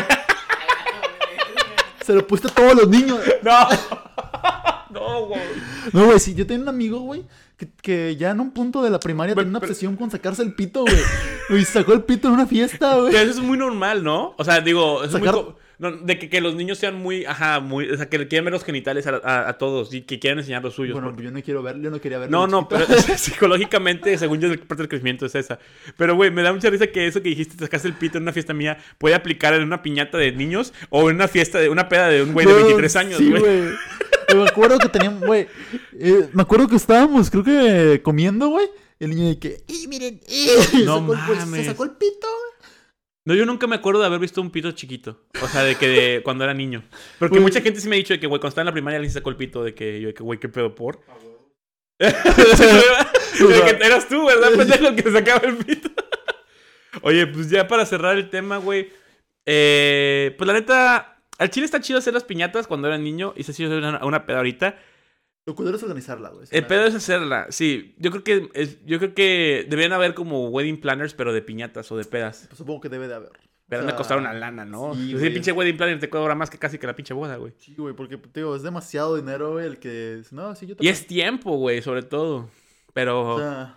Speaker 1: Se lo pusiste a todos los niños.
Speaker 2: No. no, güey.
Speaker 1: No, güey, sí, yo tenía un amigo, güey, que, que ya en un punto de la primaria tenía una obsesión con sacarse el pito, güey. Y sacó el pito en una fiesta, güey.
Speaker 2: Pero eso es muy normal, ¿no? O sea, digo, eso es muy
Speaker 1: Sacar-
Speaker 2: co- no, de que, que los niños sean muy, ajá, muy, o sea, que le quieran ver los genitales a, a- a todos y que quieran enseñar los suyos.
Speaker 1: Bueno,
Speaker 2: porque-
Speaker 1: yo no quiero ver, yo no quería ver.
Speaker 2: No, no, pero psicológicamente, según yo, parte del crecimiento es esa. Pero, güey, me da mucha risa que eso que dijiste, te sacaste el pito en una fiesta mía, puede aplicar en una piñata de niños o en una fiesta de una peda de un güey de 23 años,
Speaker 1: Sí,
Speaker 2: güey.
Speaker 1: güey. Me acuerdo que teníamos, güey. eh, me acuerdo que estábamos, creo que comiendo, güey. El niño de que, ¡y miren! ¡y!
Speaker 2: No
Speaker 1: sacó el- pues, se
Speaker 2: mames.
Speaker 1: sacó el pito, güey.
Speaker 2: No, yo nunca me acuerdo de haber visto un pito chiquito. O sea, de que de cuando era niño. Porque
Speaker 1: Güey.
Speaker 2: mucha gente sí me ha dicho de que, güey, cuando estaba en la primaria alguien se sacó el pito de que yo, de que, güey, qué pedo por. De que eras tú, ¿verdad? Pendejo el que sacaba el pito. Oye, pues ya para cerrar el tema, güey. eh, pues la neta, al chile está chido hacer las piñatas cuando era niño y se hacía una, una peda ahorita.
Speaker 1: Lo cuidado es organizarla, güey.
Speaker 2: El pedo es hacerla, sí. Yo creo que es- yo creo que deberían haber como wedding planners, pero de piñatas o de pedas.
Speaker 1: Pues supongo que debe de haber.
Speaker 2: Pero
Speaker 1: O
Speaker 2: me
Speaker 1: sea,
Speaker 2: costaron una lana, ¿no?
Speaker 1: sí,
Speaker 2: Ese
Speaker 1: güey.
Speaker 2: pinche wedding planner te cobra más que casi que la pinche boda, güey.
Speaker 1: Sí, güey, porque, te digo, es demasiado dinero, güey, el que. No, sí, yo te.
Speaker 2: Y es tiempo, güey, sobre todo. Pero
Speaker 1: O sea,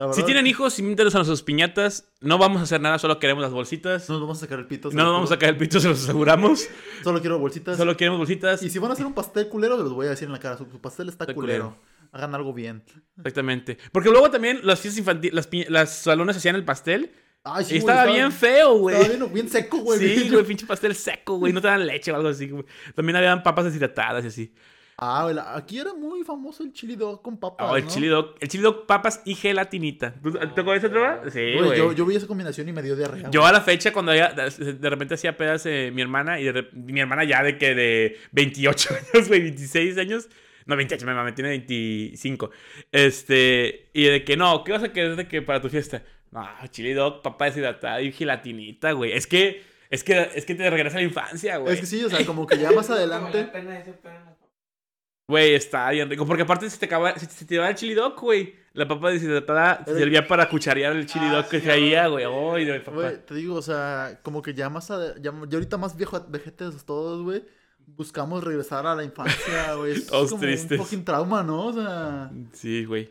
Speaker 1: la
Speaker 2: si
Speaker 1: verdad,
Speaker 2: tienen hijos, si a sus piñatas, no vamos a hacer nada, solo queremos las bolsitas.
Speaker 1: No nos vamos a sacar el pito. se
Speaker 2: No
Speaker 1: lo
Speaker 2: nos vamos a
Speaker 1: juro.
Speaker 2: sacar el pito, se los aseguramos.
Speaker 1: Solo quiero bolsitas.
Speaker 2: Solo queremos bolsitas.
Speaker 1: Y si van a hacer un pastel culero, les voy a decir en la cara: su, su pastel está
Speaker 2: Está
Speaker 1: culero. Hagan algo bien.
Speaker 2: Exactamente. Porque luego también las fiestas infantiles, las, pi- las salones hacían el pastel.
Speaker 1: Ay,
Speaker 2: y
Speaker 1: sí, güey,
Speaker 2: estaba bien feo, güey.
Speaker 1: Estaba bien, bien seco, güey.
Speaker 2: Sí,
Speaker 1: bien-
Speaker 2: güey, pinche pastel seco, güey. No te dan leche o algo así, güey. También habían papas deshidratadas y así.
Speaker 1: Ah, güey, la- aquí era muy famoso el chili dog con papas.
Speaker 2: Oh, el
Speaker 1: Ah, ¿no?
Speaker 2: chili dog. El chili dog, papas y gelatinita. ¿Tú, ¿Te acuerdas de esa trova? Sí,
Speaker 1: Güey,
Speaker 2: güey.
Speaker 1: Yo,
Speaker 2: Yo,
Speaker 1: yo vi esa combinación y me dio diarrea. güey.
Speaker 2: a la fecha, cuando había- de repente hacía pedas eh, mi hermana, y de re- mi hermana ya de que de 28 años, güey, 26 años. No, 28, mi mamá tiene 25. Este, y de que no, ¿qué vas a querer de que para tu fiesta? No, chili dog, papa deshidratada y gelatinita, güey. Es que, es que, es que te regresa a la infancia, güey.
Speaker 1: es que sí, o sea, como que ya más adelante.
Speaker 2: Güey, está bien rico. Porque aparte se te acaba, se, se te va el chili dog, güey. La papa deshidratada
Speaker 1: Pero-
Speaker 2: servía para cucharear el chili
Speaker 3: Ah,
Speaker 2: dog que
Speaker 3: sí,
Speaker 2: traía, güey.
Speaker 3: güey.
Speaker 2: Ay, de mi papá.
Speaker 1: Güey, te digo, o sea, como que ya más. ade- Ya, ya ahorita más viejo, vejetes todos, güey. Buscamos regresar a la infancia, güey. Es
Speaker 2: Todos
Speaker 1: como
Speaker 2: tristes.
Speaker 1: un fucking trauma, ¿no? O sea.
Speaker 2: Sí, güey.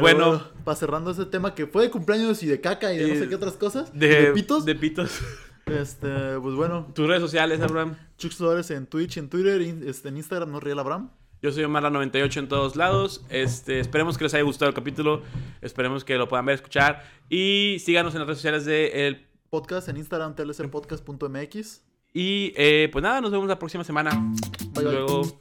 Speaker 1: pero
Speaker 2: bueno,
Speaker 1: Para cerrando ese tema que fue de cumpleaños y de caca y de no
Speaker 2: Eh,
Speaker 1: sé qué otras cosas.
Speaker 2: de,
Speaker 1: De pitos.
Speaker 2: De pitos.
Speaker 1: Este, pues bueno,
Speaker 2: Tus redes sociales, Abraham.
Speaker 1: Chux Flores en Twitch, en Twitter, in- este, en Instagram, no riel Abraham.
Speaker 2: Yo soy Omar98 en todos lados. Este, esperemos que les haya gustado el capítulo. Esperemos que lo puedan ver, escuchar. Y síganos en las redes sociales de el.
Speaker 1: Podcast en Instagram, tlcpodcast.mx.
Speaker 2: Y eh, pues nada, nos vemos la próxima semana.
Speaker 1: Bye, bye.
Speaker 2: Luego.